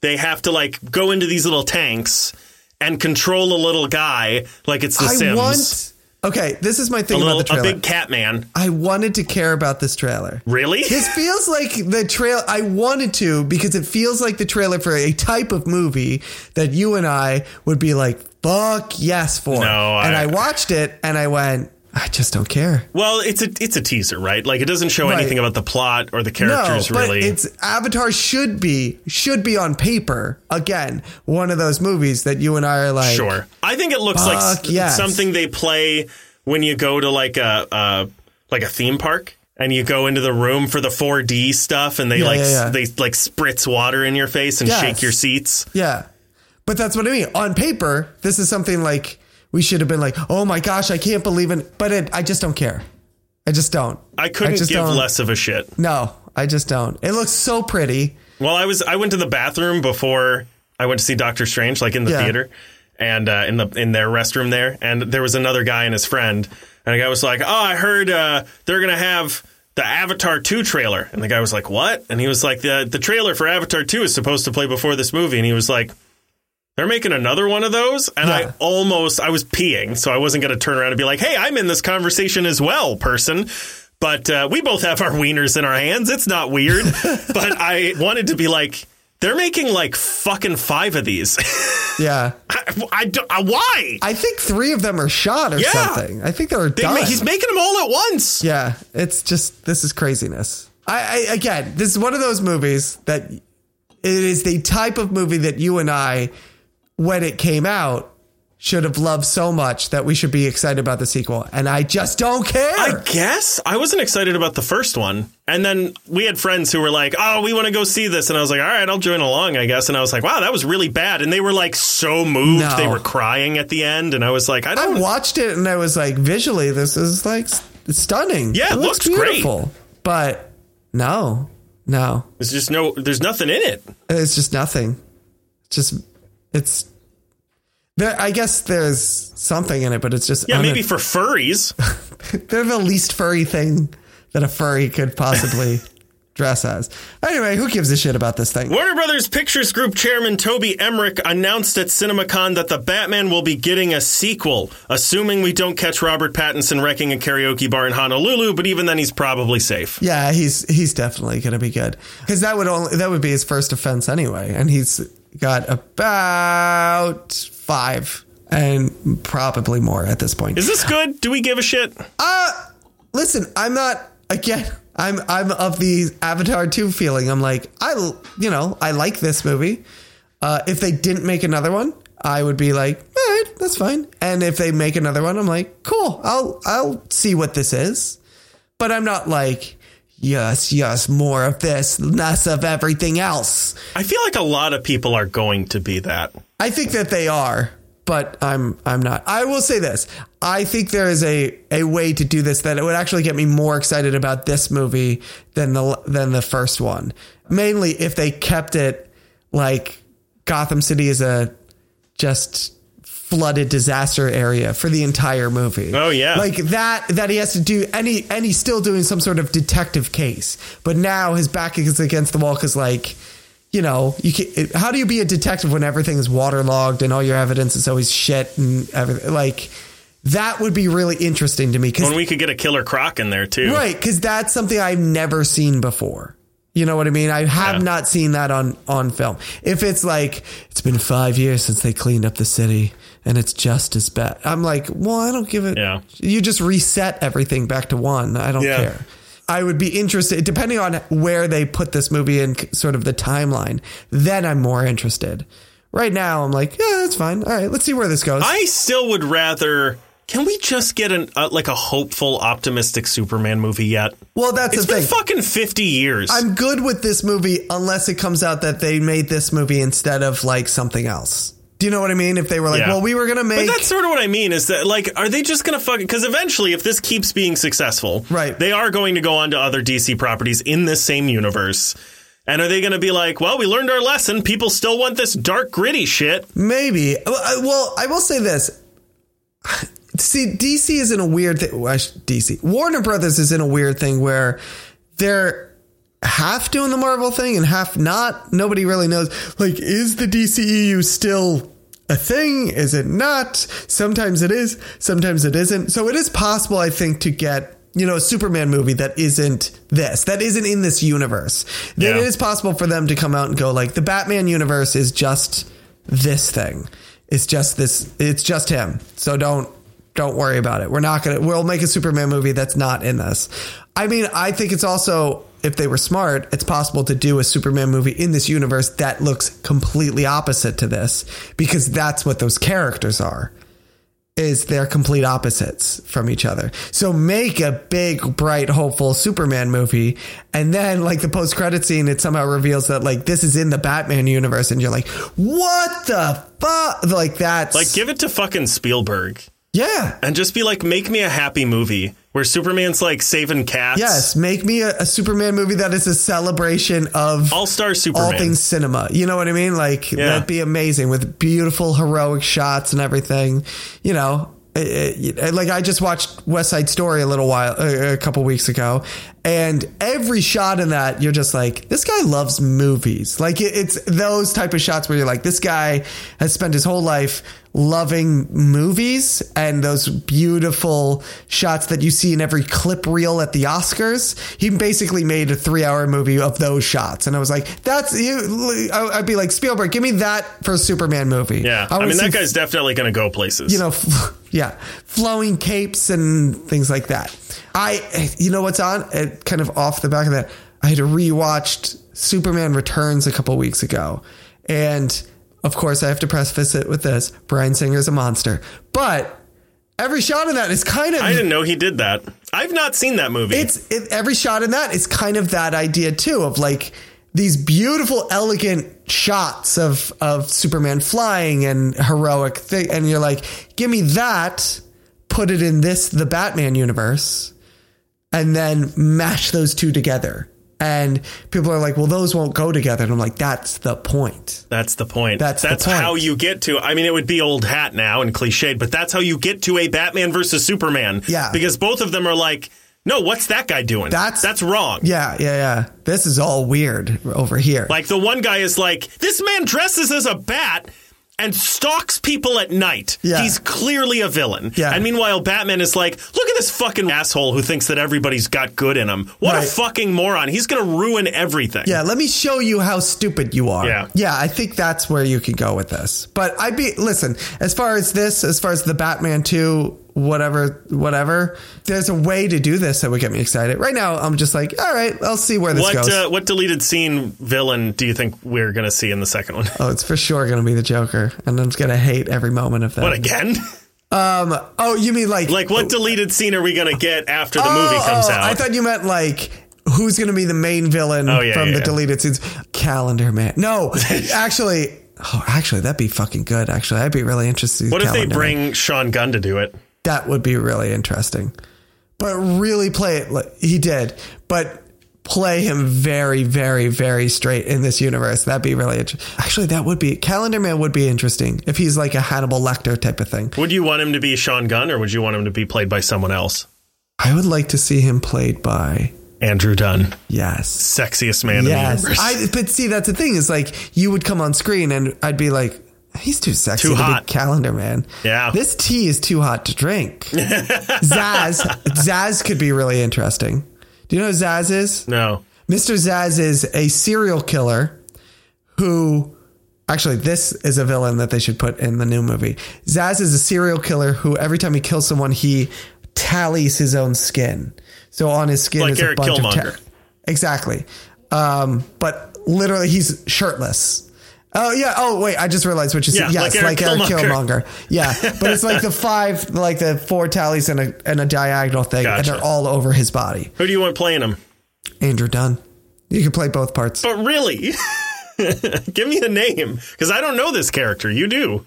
[SPEAKER 1] they have to like go into these little tanks and control a little guy like it's the
[SPEAKER 2] I
[SPEAKER 1] Sims.
[SPEAKER 2] want. Okay, this is my thing
[SPEAKER 1] a
[SPEAKER 2] about
[SPEAKER 1] little
[SPEAKER 2] the
[SPEAKER 1] a
[SPEAKER 2] trailer.
[SPEAKER 1] big cat man.
[SPEAKER 2] I wanted to care about this trailer.
[SPEAKER 1] Really?
[SPEAKER 2] This feels like the trail I wanted to because it feels like the trailer for a type of movie that you and I would be like, fuck yes for.
[SPEAKER 1] No,
[SPEAKER 2] and
[SPEAKER 1] I-
[SPEAKER 2] I watched it and I went, I just don't care.
[SPEAKER 1] well, it's a it's a teaser, right? Like it doesn't show
[SPEAKER 2] Right.
[SPEAKER 1] anything about the plot or the
[SPEAKER 2] No,
[SPEAKER 1] characters
[SPEAKER 2] but
[SPEAKER 1] really.
[SPEAKER 2] it's Avatar should be should be on paper again one of those movies that you and I are like
[SPEAKER 1] Sure. I think it looks like
[SPEAKER 2] Fuck
[SPEAKER 1] s-
[SPEAKER 2] yes.
[SPEAKER 1] something they play when you go to like a uh, like a theme park and you go into the room for the 4D stuff and they like
[SPEAKER 2] yeah,
[SPEAKER 1] s-
[SPEAKER 2] yeah.
[SPEAKER 1] they like spritz water in your face and
[SPEAKER 2] Yes.
[SPEAKER 1] shake your seats.
[SPEAKER 2] Yeah. But that's what I mean. On paper, this is something like we should have been like, "Oh my gosh, I can't believe it." But it, I just don't care. I just don't.
[SPEAKER 1] I couldn't
[SPEAKER 2] just
[SPEAKER 1] give
[SPEAKER 2] don't.
[SPEAKER 1] less of a shit.
[SPEAKER 2] No, I just don't. It looks so pretty.
[SPEAKER 1] Well, I was I went to the bathroom before I went to see Doctor Strange, like in the
[SPEAKER 2] Yeah.
[SPEAKER 1] theater, and uh, in the in their restroom there, and there was another guy and his friend, and the guy was like, "Oh, I heard uh, they're gonna have." The Avatar 2 trailer. And the guy was like, What? And he was like, the, the trailer for Avatar 2 is supposed to play before this movie. And he was like, They're making another one of those? And
[SPEAKER 2] Yeah.
[SPEAKER 1] I almost, I was peeing. So I wasn't going to turn around and be like, Hey, I'm in this conversation as well, person. But uh, we both have our wieners in our hands. It's not weird. but I wanted to be like, They're making like fucking five of these.
[SPEAKER 2] Yeah.
[SPEAKER 1] I, I don't- I- why?
[SPEAKER 2] I think three of them are shot or
[SPEAKER 1] Yeah.
[SPEAKER 2] something. I think they're
[SPEAKER 1] They
[SPEAKER 2] done.
[SPEAKER 1] ma- he's making them all at once.
[SPEAKER 2] yeah, it's just this is craziness. I, I again, this is one of those movies that it is the type of movie that you and I, when it came out, should have loved so much that we should be excited about the sequel. And I just don't care.
[SPEAKER 1] I guess I wasn't excited about the first one. And then we had friends who were like, "Oh, we want to go see this." And I was like, "All right, I'll join along, I guess." And I was like, "Wow, that was really bad." And they were like so moved.
[SPEAKER 2] No.
[SPEAKER 1] They were crying at the end, and I was like, "I
[SPEAKER 2] I
[SPEAKER 1] don't
[SPEAKER 2] watched it and I was like, visually, this is like s- stunning.
[SPEAKER 1] Yeah, it looks great.
[SPEAKER 2] But no, no,
[SPEAKER 1] There's just no there's nothing in it."
[SPEAKER 2] it's just nothing. Just it's there. I guess there's something in it, but it's just
[SPEAKER 1] Yeah,
[SPEAKER 2] un-
[SPEAKER 1] maybe for furries.
[SPEAKER 2] they're the least furry thing that a furry could possibly dress as. Anyway, who gives a shit about this thing?
[SPEAKER 1] Warner Brothers Pictures Group chairman Toby Emmerich announced at CinemaCon that the Batman will be getting a sequel, assuming we don't catch Robert Pattinson wrecking a karaoke bar in Honolulu, but even then he's probably safe.
[SPEAKER 2] Yeah, he's he's definitely gonna be good because that would only that would be his first offense anyway, and he's got about five and probably more at this point.
[SPEAKER 1] Is this good? Do we give a shit?
[SPEAKER 2] Listen, I'm not again. I'm I'm of the Avatar two feeling. I'm like I l- you know I like this movie. Uh, if they didn't make another one, I would be like, all right, that's fine. And if they make another one, I'm like, cool. I'll I'll see what this is. But I'm not like, yes, yes, more of this, less of everything else.
[SPEAKER 1] I feel like a lot of people are going to be that.
[SPEAKER 2] I think that they are, but I'm I'm not. I will say this. I think there is a a way to do this that it would actually get me more excited about this movie than the than the first one. Mainly if they kept it like Gotham City is a just flooded disaster area for the entire movie.
[SPEAKER 1] Oh, yeah.
[SPEAKER 2] Like that that he has to do any and he's still doing some sort of detective case. But now his back is against the wall cuz like you know, you can, it- how do you be a detective when everything is waterlogged and all your evidence is always shit and everything like that would be really interesting to me cuz
[SPEAKER 1] When we could get a killer croc in there too.
[SPEAKER 2] Right, because that's something I've never seen before. You know what I mean? I have
[SPEAKER 1] Yeah.
[SPEAKER 2] not seen that on on film. If it's like it's been five years since they cleaned up the city and it's just as bad, I'm like, well, I don't give it.
[SPEAKER 1] Yeah.
[SPEAKER 2] You just reset everything back to one. I don't
[SPEAKER 1] Yeah.
[SPEAKER 2] care. I would be interested, depending on where they put this movie in sort of the timeline. Then I'm more interested. Right now, I'm like, yeah, that's fine. All right, let's see where this goes.
[SPEAKER 1] I still would rather. Can we just get an uh, like a hopeful, optimistic Superman movie yet?
[SPEAKER 2] well, that's
[SPEAKER 1] It's
[SPEAKER 2] the
[SPEAKER 1] been
[SPEAKER 2] thing.
[SPEAKER 1] fucking fifty years.
[SPEAKER 2] I'm good with this movie unless it comes out that they made this movie instead of like something else. Do you know what I mean? If they were like,
[SPEAKER 1] Yeah.
[SPEAKER 2] well, we were going to
[SPEAKER 1] but
[SPEAKER 2] make.
[SPEAKER 1] that's sort of what I mean is that like, are they just gonna fucking? Because eventually, if this keeps being successful,
[SPEAKER 2] Right.
[SPEAKER 1] they are going to go on to other DC properties in this same universe. And are they going to be like, well, we learned our lesson. People still want this dark, gritty shit.
[SPEAKER 2] Maybe. Well, I- Well, I will say this. See, DC is in a weird thing. well, I sh- DC. Warner Brothers is in a weird thing where they're half doing the Marvel thing and half not. Nobody really knows. Like, is the DCEU still a thing? Is it not? Sometimes it is, sometimes it isn't. So it is possible, I think, to get. You know, a Superman movie that isn't this, that isn't in this universe. Then
[SPEAKER 1] Yeah.
[SPEAKER 2] It is possible for them to come out and go like the Batman universe is just this thing. It's just this. It's just him. So don't don't worry about it. We're not gonna. We'll make a Superman movie that's not in this. I mean, I think it's also if they were smart, it's possible to do a Superman movie in this universe that looks completely opposite to this because that's what those characters are is they're complete opposites from each other. So make a big, bright, hopeful Superman movie, and then like the post credit scene, it somehow reveals that like this is in the Batman universe, and you're like, what the fuck? Like that's
[SPEAKER 1] Like, give it to fucking Spielberg.
[SPEAKER 2] yeah,
[SPEAKER 1] and just be like, make me a happy movie where Superman's like saving cats.
[SPEAKER 2] yes, make me a, a Superman movie that is a celebration of
[SPEAKER 1] All star
[SPEAKER 2] all
[SPEAKER 1] Superman.
[SPEAKER 2] things cinema. You know what I mean? Like that'd be amazing with beautiful heroic shots and everything. You know, It- it- like I just watched West Side Story a little while, a a couple weeks ago, and every shot in that you're just like, this guy loves movies. Like it, it's those type of shots where you're like, this guy has spent his whole life loving movies and those beautiful shots that you see in every clip reel at the Oscars. He basically made a three hour movie of those shots. And I was like, that's you. I- I'd be like, Spielberg, give me that for a Superman movie.
[SPEAKER 1] Yeah. I,
[SPEAKER 2] wanna
[SPEAKER 1] mean,
[SPEAKER 2] see
[SPEAKER 1] that guy's definitely going to go places.
[SPEAKER 2] you know, f- yeah, flowing capes and things like that. I, you know what's on? It, kind of off the back of that, I had rewatched Superman Returns a couple weeks ago. And of course, I have to preface it with this Brian Singer's a monster. But every shot in that is kind of.
[SPEAKER 1] I didn't know he did that. I've not seen that movie.
[SPEAKER 2] It's it, every shot in that is kind of that idea too of like these beautiful, elegant shots of of Superman flying and heroic thing, and you're like, give me that, put it in this the Batman universe, and then mash those two together. And people are like, well, those won't go together, and I'm like, that's the point.
[SPEAKER 1] that's the point.
[SPEAKER 2] That's the point.
[SPEAKER 1] how you get to. I mean, it would be old hat now and cliched, but that's how you get to a Batman versus Superman.
[SPEAKER 2] Yeah.
[SPEAKER 1] Because both of them are like, no, what's that guy doing?
[SPEAKER 2] That's-
[SPEAKER 1] that's wrong.
[SPEAKER 2] Yeah, yeah, yeah. This is all weird over here.
[SPEAKER 1] Like the one guy is like, this man dresses as a bat and stalks people at night.
[SPEAKER 2] Yeah.
[SPEAKER 1] He's clearly a villain.
[SPEAKER 2] Yeah.
[SPEAKER 1] And meanwhile, Batman is like, look at this fucking asshole who thinks that everybody's got good in him. What
[SPEAKER 2] Right.
[SPEAKER 1] a fucking moron. He's going to ruin everything.
[SPEAKER 2] Yeah, let me show you how stupid you are.
[SPEAKER 1] Yeah.
[SPEAKER 2] I think that's where you can go with this. But I'd be listen, as far as this, as far as the Batman 2, whatever, whatever, there's a way to do this that would get me excited. Right now, I'm just like, all right, I'll see where this
[SPEAKER 1] What
[SPEAKER 2] goes.
[SPEAKER 1] uh, what deleted scene villain do you think we're going to see in the second one?
[SPEAKER 2] oh, it's for sure gonna be the Joker. And I'm just gonna hate every moment of that.
[SPEAKER 1] But again,
[SPEAKER 2] oh, you mean like
[SPEAKER 1] like what deleted scene are we going to get after the
[SPEAKER 2] Oh,
[SPEAKER 1] movie comes
[SPEAKER 2] oh,
[SPEAKER 1] out?
[SPEAKER 2] I thought you meant like who's going to be the main villain
[SPEAKER 1] Oh, yeah,
[SPEAKER 2] from
[SPEAKER 1] yeah,
[SPEAKER 2] the
[SPEAKER 1] yeah.
[SPEAKER 2] deleted scenes. Calendar Man. No, actually, oh, actually, that'd be fucking good. Actually, I'd be really interested. in
[SPEAKER 1] what if they
[SPEAKER 2] Calendar Man.
[SPEAKER 1] bring Sean Gunn to do it?
[SPEAKER 2] that? Would be really interesting. But really play it. like- He did, but play him very, very, very straight in this universe. That'd be really interesting. Actually, that would be Calendar Man would be interesting if he's like a Hannibal Lecter type of thing.
[SPEAKER 1] Would you want him to be Sean Gunn or would you want him to be played by someone else?
[SPEAKER 2] I would like to see him played by
[SPEAKER 1] Andrew Dunn,
[SPEAKER 2] yes.
[SPEAKER 1] sexiest man in the
[SPEAKER 2] Yes,
[SPEAKER 1] universe.
[SPEAKER 2] I, but see, that's the thing is like you would come on screen and I'd be like, he's too sexy
[SPEAKER 1] Too
[SPEAKER 2] to
[SPEAKER 1] hot.
[SPEAKER 2] be calendar man.
[SPEAKER 1] Yeah.
[SPEAKER 2] this tea is too hot to drink. Zaz, Zaz could be really interesting. Do you know who Zaz is?
[SPEAKER 1] No.
[SPEAKER 2] Mr. Zaz is a serial killer who actually this is a villain that they should put in the new movie. Zaz is a serial killer who every time he kills someone he tallies his own skin. So on his skin
[SPEAKER 1] Like
[SPEAKER 2] is
[SPEAKER 1] Eric
[SPEAKER 2] a bunch of
[SPEAKER 1] Killmonger.
[SPEAKER 2] ta- exactly. Um, but literally he's shirtless. Oh yeah. Oh wait, I just realized what you said.
[SPEAKER 1] Yeah,
[SPEAKER 2] yes,
[SPEAKER 1] like Eric
[SPEAKER 2] like Eric
[SPEAKER 1] Killmonger.
[SPEAKER 2] Killmonger. Yeah, but it's like the five, like the four tallies and a and a diagonal thing, and
[SPEAKER 1] Gotcha.
[SPEAKER 2] they're all over his body.
[SPEAKER 1] Who do you want playing him?
[SPEAKER 2] Andrew Dunn. You can play both parts.
[SPEAKER 1] But really, give me a name because I don't know this character. You do.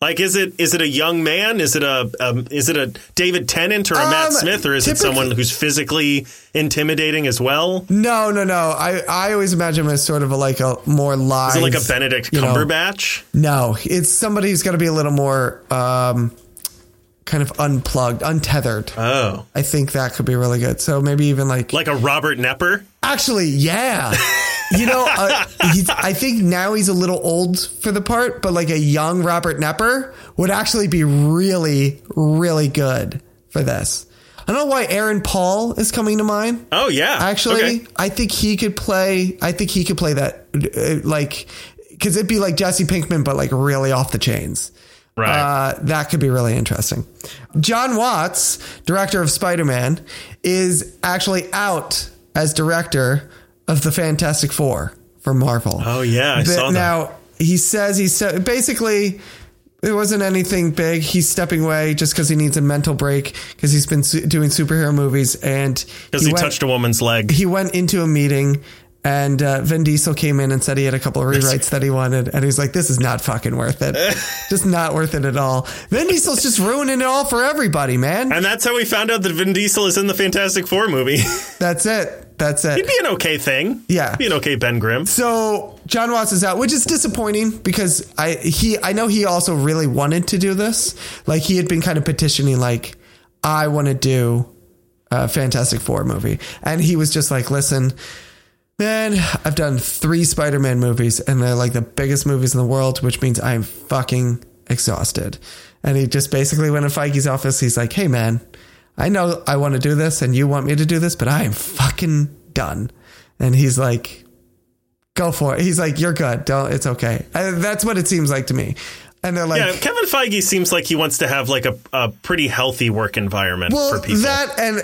[SPEAKER 1] Like, is it is it a young man? Is it a um, is it a David Tennant or a
[SPEAKER 2] Um,
[SPEAKER 1] Matt Smith or is it
[SPEAKER 2] typically-
[SPEAKER 1] someone who's physically intimidating as well? Is
[SPEAKER 2] No, no, no. I, I always imagine him as sort of a, like a more live.
[SPEAKER 1] it like a Benedict
[SPEAKER 2] you know,
[SPEAKER 1] Cumberbatch?
[SPEAKER 2] No, it's somebody who's got to be a little more um, kind of unplugged, untethered.
[SPEAKER 1] Oh,
[SPEAKER 2] I think that could be really good. So maybe even like,
[SPEAKER 1] like a Robert Nepper?
[SPEAKER 2] actually, yeah. You know, uh, he's, I think now he's a little old for the part, but like a young Robert Nepper would actually be really, really good for this. I don't know why Aaron Paul is coming to mind.
[SPEAKER 1] Oh yeah,
[SPEAKER 2] Actually,
[SPEAKER 1] Okay.
[SPEAKER 2] I think he could play. I think he could play that, uh, like, because it'd be like Jesse Pinkman, but like really off the chains.
[SPEAKER 1] right.
[SPEAKER 2] Uh, that could be really interesting. John Watts, director of Spider Man, is actually out as director of the Fantastic Four for Marvel.
[SPEAKER 1] oh yeah, I
[SPEAKER 2] But
[SPEAKER 1] saw that.
[SPEAKER 2] Now he says he's so, basically it wasn't anything big. He's stepping away just because he needs a mental break because he's been su- doing superhero movies and
[SPEAKER 1] because he,
[SPEAKER 2] went-
[SPEAKER 1] touched a woman's leg.
[SPEAKER 2] he went into a meeting and uh, Vin Diesel came in and said he had a couple of rewrites that he wanted. And he's like, this is not fucking worth it. just not worth it at all. Vin Diesel's just ruining it all for everybody, man.
[SPEAKER 1] And that's how we found out that Vin Diesel is in the Fantastic Four movie.
[SPEAKER 2] That's it. That's it.
[SPEAKER 1] It'd be an okay thing.
[SPEAKER 2] Yeah.
[SPEAKER 1] Be an okay Ben Grimm.
[SPEAKER 2] So John Watts is out, which is disappointing because I he I know he also really wanted to do this. Like he had been kind of petitioning, like I want to do a uh, Fantastic Four movie, and he was just like, listen. Man, I've done three Spider Man movies and they're like the biggest movies in the world, which means I'm fucking exhausted. And he just basically went in Feige's office. He's like, hey, man, I know I want to do this and you want me to do this, but I am fucking done. And he's like, go for it. He's like, you're good. Don't, it's okay. And that's what it seems like to me. And they're like,
[SPEAKER 1] Yeah, Kevin Feige seems like he wants to have like a, a pretty healthy work environment
[SPEAKER 2] well,
[SPEAKER 1] for people.
[SPEAKER 2] that and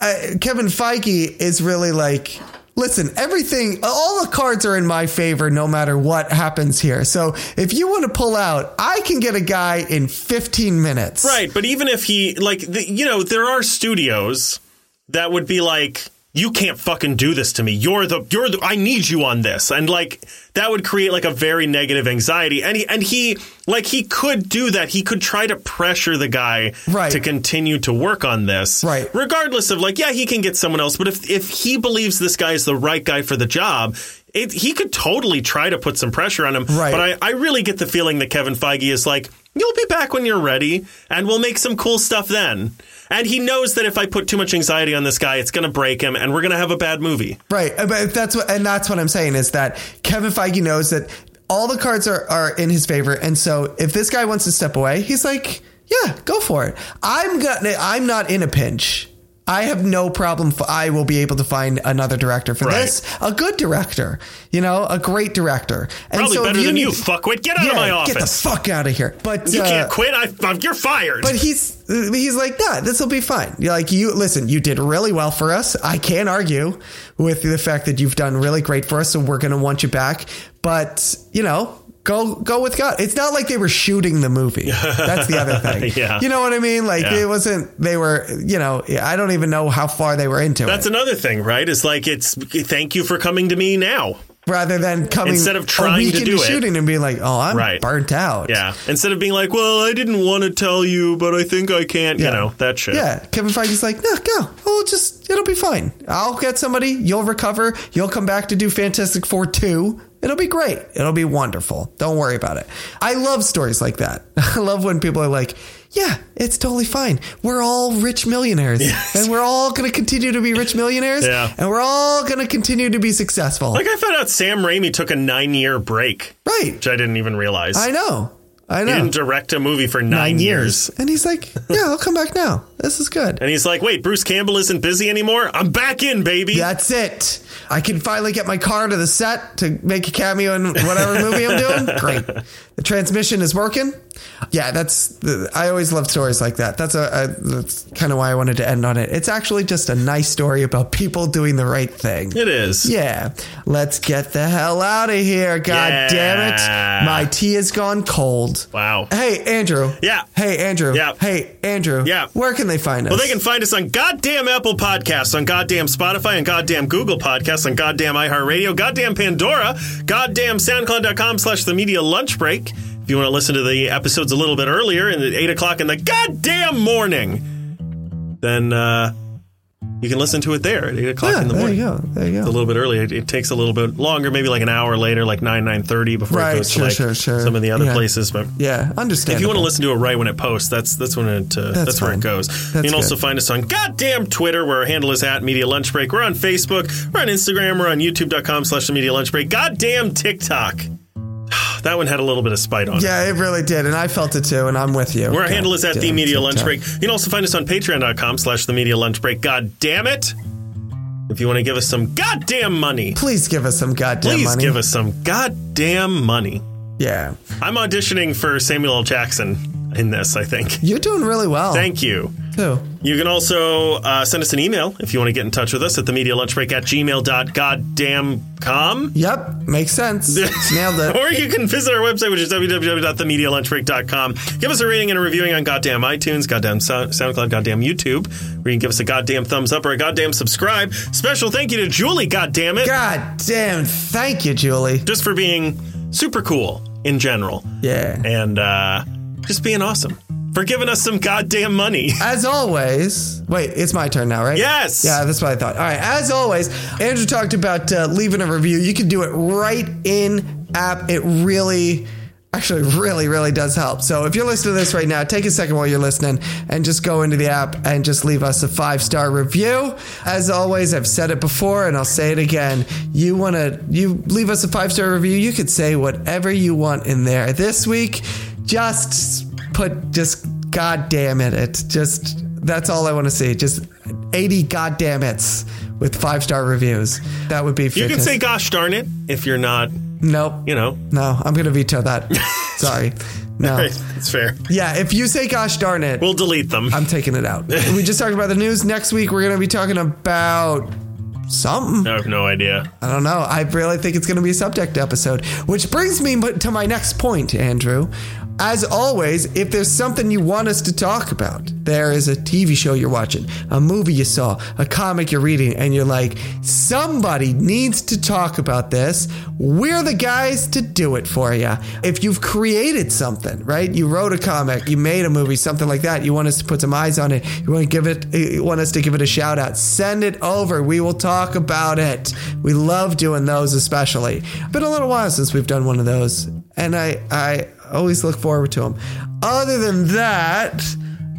[SPEAKER 2] uh, Kevin Feige is really like, listen, everything, all the cards are in my favor, no matter what happens here. So if you want to pull out, I can get a guy in 15 minutes.
[SPEAKER 1] Right, but even if he like the, you know, there are studios that would be like you can't fucking do this to me. You're the you're the I need you on this. And like that would create like a very negative anxiety. And he and he like he could do that. He could try to pressure the guy
[SPEAKER 2] Right.
[SPEAKER 1] to continue to work on this.
[SPEAKER 2] Right.
[SPEAKER 1] Regardless of like yeah, he can get someone else, but if if he believes this guy is the right guy for the job, it, he could totally try to put some pressure on him.
[SPEAKER 2] Right.
[SPEAKER 1] But I I, I really get the feeling that Kevin Feige is like, you'll be back when you're ready, and we'll make some cool stuff then. And he knows that if I put too much anxiety on this guy, it's going to break him, and we're going to have a bad movie.
[SPEAKER 2] Right. Uh, But that's what, and that's what I'm saying is that Kevin Feige knows that all the cards are, are in his favor. And so if this guy wants to step away, he's like, yeah, go for it. I'm gonna, I'm not in a pinch. I have no problem. F- I will be able to find another director for
[SPEAKER 1] Right.
[SPEAKER 2] this. A good director, you know, a great director. And
[SPEAKER 1] Probably better than you,
[SPEAKER 2] need-
[SPEAKER 1] fuckwit. Get out of my
[SPEAKER 2] Yeah,
[SPEAKER 1] office.
[SPEAKER 2] Get the fuck out of here. But
[SPEAKER 1] you
[SPEAKER 2] uh,
[SPEAKER 1] can't quit. I, I'm, you're fired.
[SPEAKER 2] but he's he's like, nah, this will be fine. You're like, you listen, you did really well for us. I can't argue with the fact that you've done really great for us, so we're gonna want you back. But you know, go go with God. It's not like they were shooting the movie. That's the other thing.
[SPEAKER 1] Yeah.
[SPEAKER 2] You know what I mean? Like
[SPEAKER 1] Yeah.
[SPEAKER 2] it wasn't. They were. You know, I don't even know how far they were into
[SPEAKER 1] That's
[SPEAKER 2] it.
[SPEAKER 1] another thing, right? It's like it's thank you for coming to me now.
[SPEAKER 2] Rather than coming
[SPEAKER 1] Instead of
[SPEAKER 2] a
[SPEAKER 1] trying
[SPEAKER 2] week
[SPEAKER 1] to
[SPEAKER 2] into
[SPEAKER 1] do it.
[SPEAKER 2] shooting and being like, oh, I'm
[SPEAKER 1] Right.
[SPEAKER 2] burnt out.
[SPEAKER 1] Yeah. Instead of being like, well, I didn't want to tell you, but I think I can't. You know that shit.
[SPEAKER 2] Yeah, Kevin Feige's like, no, go. We'll just, it'll be fine. I'll get somebody. You'll recover. You'll come back to do Fantastic Four 2. It'll be great. It'll be wonderful. Don't worry about it. I love stories like that. I love when people are like, yeah, it's totally fine. We're all rich millionaires and we're all going to continue to be rich millionaires
[SPEAKER 1] Yeah.
[SPEAKER 2] and we're all going to continue to be successful.
[SPEAKER 1] Like I found out Sam Raimi took a nine year break,
[SPEAKER 2] right.
[SPEAKER 1] which I didn't even realize.
[SPEAKER 2] I know. I
[SPEAKER 1] He
[SPEAKER 2] know.
[SPEAKER 1] didn't direct a movie for nine, years.
[SPEAKER 2] And he's like, yeah, I'll come back now. This is good.
[SPEAKER 1] And he's like, wait, Bruce Campbell isn't busy anymore? I'm back in, baby.
[SPEAKER 2] That's it. I can finally get my car to the set to make a cameo in whatever movie I'm doing. Great. The transmission is working. Yeah, that's. The, I always love stories like that. That's a. a that's kind of why I wanted to end on it. It's actually just a nice story about people doing the right thing.
[SPEAKER 1] It is.
[SPEAKER 2] Yeah. Let's get the hell out of here. God
[SPEAKER 1] Yeah.
[SPEAKER 2] damn it. My tea has gone cold.
[SPEAKER 1] Wow.
[SPEAKER 2] Hey, Andrew.
[SPEAKER 1] Yeah.
[SPEAKER 2] Hey, Andrew.
[SPEAKER 1] Yeah.
[SPEAKER 2] Hey, Andrew.
[SPEAKER 1] Yeah.
[SPEAKER 2] Where can they find us?
[SPEAKER 1] Well, they can find us on goddamn Apple Podcasts, on goddamn Spotify, and goddamn Google Podcasts, on goddamn iHeartRadio, goddamn Pandora, goddamn SoundCloud.com slash the media lunch break. If you want to listen to the episodes a little bit earlier and at 8 o'clock in the goddamn morning, then uh, you can listen to it there at 8 o'clock
[SPEAKER 2] yeah,
[SPEAKER 1] in the
[SPEAKER 2] there
[SPEAKER 1] morning.
[SPEAKER 2] you go. There you go.
[SPEAKER 1] a little bit early. It, it takes a little bit longer, maybe like an hour later, like nine nine thirty before
[SPEAKER 2] Right,
[SPEAKER 1] it goes
[SPEAKER 2] sure,
[SPEAKER 1] to like
[SPEAKER 2] sure, sure.
[SPEAKER 1] some of the other
[SPEAKER 2] Yeah.
[SPEAKER 1] places. But
[SPEAKER 2] Yeah, understand.
[SPEAKER 1] if you want to listen to it right when it posts, that's that's when it uh, that's, where
[SPEAKER 2] fine.
[SPEAKER 1] it goes. you
[SPEAKER 2] That's
[SPEAKER 1] can also
[SPEAKER 2] good.
[SPEAKER 1] find us on goddamn Twitter, where our handle is at Media Lunch Break. We're on Facebook, we're on Instagram, we're on YouTube.com slash the Media Lunch Break. Goddamn TikTok. that one had a little bit of spite on it.
[SPEAKER 2] Yeah, it really did, and I felt it too, and I'm with you.
[SPEAKER 1] Where our handle is at
[SPEAKER 2] God
[SPEAKER 1] the
[SPEAKER 2] damn
[SPEAKER 1] Media
[SPEAKER 2] TikTok.
[SPEAKER 1] Lunch Break. You can also find us on patreon.com slash the Media Lunch Break. God damn it. If you want to give us some goddamn money.
[SPEAKER 2] Please give us some goddamn
[SPEAKER 1] Please
[SPEAKER 2] money.
[SPEAKER 1] give us some goddamn money.
[SPEAKER 2] Yeah,
[SPEAKER 1] I'm auditioning for Samuel L. Jackson in this, I think.
[SPEAKER 2] you're doing really well.
[SPEAKER 1] Thank you.
[SPEAKER 2] you.
[SPEAKER 1] You can also uh, send us an email if you want to get in touch with us at themedialunchbreak at gmail.goddamn.com.
[SPEAKER 2] Yep, makes sense. Nailed it.
[SPEAKER 1] Or you can visit our website, which is www.themedialunchbreak.com. Give us a rating and a reviewing on goddamn iTunes, goddamn Sound- SoundCloud, goddamn YouTube, where you can give us a goddamn thumbs up or a goddamn subscribe. Special thank you to Julie, goddamn it.
[SPEAKER 2] God damn, thank you, Julie.
[SPEAKER 1] just for being super cool in general.
[SPEAKER 2] Yeah.
[SPEAKER 1] And uh, just being awesome. For giving us some goddamn money.
[SPEAKER 2] As always, wait, it's my turn now, right?
[SPEAKER 1] Yes.
[SPEAKER 2] Yeah, that's what I thought. All right, as always, Andrew talked about uh, leaving a review. You can do it right in app. It really, actually, really, really does help. So if you're listening to this right now, take a second while you're listening and just go into the app and just leave us a five star review. As always, I've said it before and I'll say it again. You want to you leave us a five star review. You could say whatever you want in there. This week. just put just god damn it it just that's all i want to see just 80 god damn it's with five star reviews that would be
[SPEAKER 1] You can say gosh darn it if you're not,
[SPEAKER 2] nope
[SPEAKER 1] you know.
[SPEAKER 2] no i'm gonna veto that sorry no
[SPEAKER 1] It's fair.
[SPEAKER 2] yeah if you say gosh darn it
[SPEAKER 1] We'll delete them.
[SPEAKER 2] i'm taking it out we just talked about the news next week we're gonna be talking about something
[SPEAKER 1] I have no idea.
[SPEAKER 2] I don't know. I really think it's going to be a subject episode, which brings me m- to my next point, Andrew. As always, if there's something you want us to talk about, there is a TV show you're watching, a movie you saw, a comic you're reading, and you're like, somebody needs to talk about this. We're the guys to do it for you. If you've created something, right? You wrote a comic, you made a movie, something like that. You want us to put some eyes on it. You want to give it. You want us to give it a shout out. Send it over. We will talk about it. We love doing those, especially. Been a little while since we've done one of those, and I I always look forward to them. Other than that.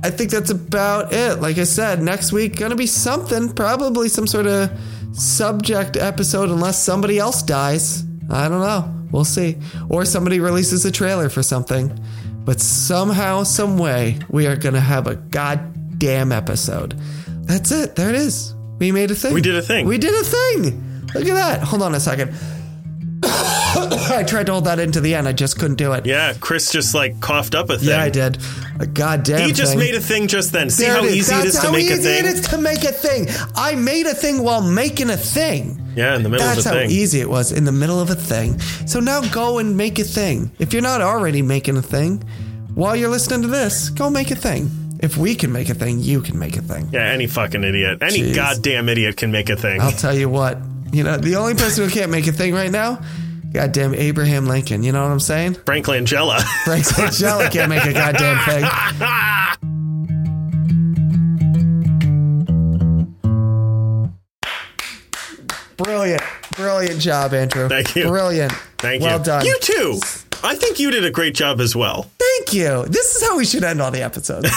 [SPEAKER 2] I think that's about it. Like I said, next week gonna be something, probably some sort of subject episode, unless somebody else dies. I don't know. We'll see. Or somebody releases a trailer for something. But somehow, some way, we are gonna have a goddamn episode. That's it. There it is. We made a thing.
[SPEAKER 1] We did a thing.
[SPEAKER 2] We did a thing. Look at that. Hold on a second. I tried to hold that into the end. I just couldn't do it.
[SPEAKER 1] Yeah, Chris just like coughed up a thing.
[SPEAKER 2] Yeah, I did. A goddamn.
[SPEAKER 1] He just
[SPEAKER 2] thing.
[SPEAKER 1] made a thing just then. See
[SPEAKER 2] There
[SPEAKER 1] how
[SPEAKER 2] it is.
[SPEAKER 1] easy it
[SPEAKER 2] That's
[SPEAKER 1] is to
[SPEAKER 2] how
[SPEAKER 1] make a
[SPEAKER 2] easy
[SPEAKER 1] thing?
[SPEAKER 2] It is to make a thing. I made a thing while making a thing.
[SPEAKER 1] Yeah, in the middle
[SPEAKER 2] That's
[SPEAKER 1] of a
[SPEAKER 2] how
[SPEAKER 1] thing.
[SPEAKER 2] easy it was in the middle of a thing. So now go and make a thing. If you're not already making a thing, while you're listening to this, go make a thing. If we can make a thing, you can make a thing.
[SPEAKER 1] yeah, any fucking idiot. Any
[SPEAKER 2] Jeez. Oh.
[SPEAKER 1] goddamn idiot can make a thing.
[SPEAKER 2] I'll tell you what. You know, the only person who can't make a thing right now, goddamn Abraham Lincoln. You know what I'm saying?
[SPEAKER 1] Frank Langella.
[SPEAKER 2] Frank Langella can't make a goddamn thing. Brilliant. Brilliant job, Andrew.
[SPEAKER 1] Thank you.
[SPEAKER 2] Brilliant.
[SPEAKER 1] Thank
[SPEAKER 2] Well
[SPEAKER 1] you.
[SPEAKER 2] done.
[SPEAKER 1] You too. I think you did a great job as well.
[SPEAKER 2] Thank you. This is how we should end all the episodes.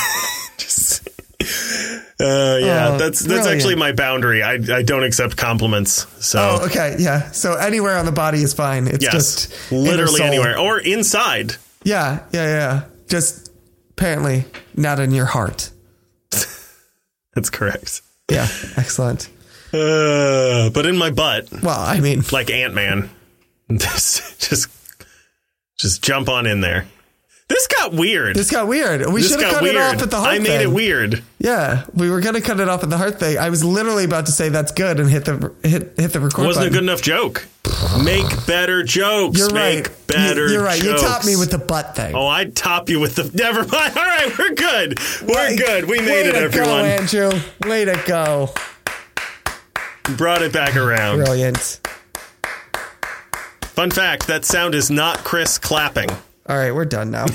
[SPEAKER 1] Uh, yeah, that's
[SPEAKER 2] Oh,
[SPEAKER 1] that's
[SPEAKER 2] brilliant.
[SPEAKER 1] actually my boundary. I, I don't accept compliments. So
[SPEAKER 2] oh, okay. Yeah. So anywhere on the body is fine. It's
[SPEAKER 1] yes,
[SPEAKER 2] just inner
[SPEAKER 1] literally
[SPEAKER 2] soul.
[SPEAKER 1] anywhere or inside.
[SPEAKER 2] Yeah. Yeah. Yeah. Just apparently not in your heart.
[SPEAKER 1] That's correct.
[SPEAKER 2] Yeah. Excellent.
[SPEAKER 1] Uh, but in my butt,
[SPEAKER 2] Well, I mean,
[SPEAKER 1] like Ant Man, just just jump on in there. This got weird.
[SPEAKER 2] this got weird. We
[SPEAKER 1] This
[SPEAKER 2] should have
[SPEAKER 1] got
[SPEAKER 2] cut
[SPEAKER 1] weird.
[SPEAKER 2] it off at the heart
[SPEAKER 1] I made
[SPEAKER 2] thing.
[SPEAKER 1] it weird.
[SPEAKER 2] Yeah, we were gonna cut it off at the heart thing. I was literally about to say that's good and hit the hit hit the record
[SPEAKER 1] Wasn't a
[SPEAKER 2] button.
[SPEAKER 1] good enough joke. Make better jokes.
[SPEAKER 2] You're
[SPEAKER 1] Make
[SPEAKER 2] right.
[SPEAKER 1] better.
[SPEAKER 2] You, are right.
[SPEAKER 1] Jokes.
[SPEAKER 2] You topped me with the butt thing.
[SPEAKER 1] Oh, I'd top you with the. Never mind. All right, we're good. We're
[SPEAKER 2] Like,
[SPEAKER 1] good. We
[SPEAKER 2] way
[SPEAKER 1] made it,
[SPEAKER 2] to
[SPEAKER 1] everyone.
[SPEAKER 2] Go, Andrew, way to go!
[SPEAKER 1] Brought it back around.
[SPEAKER 2] Brilliant.
[SPEAKER 1] Fun fact: that sound is not Chris clapping.
[SPEAKER 2] All right, we're done now.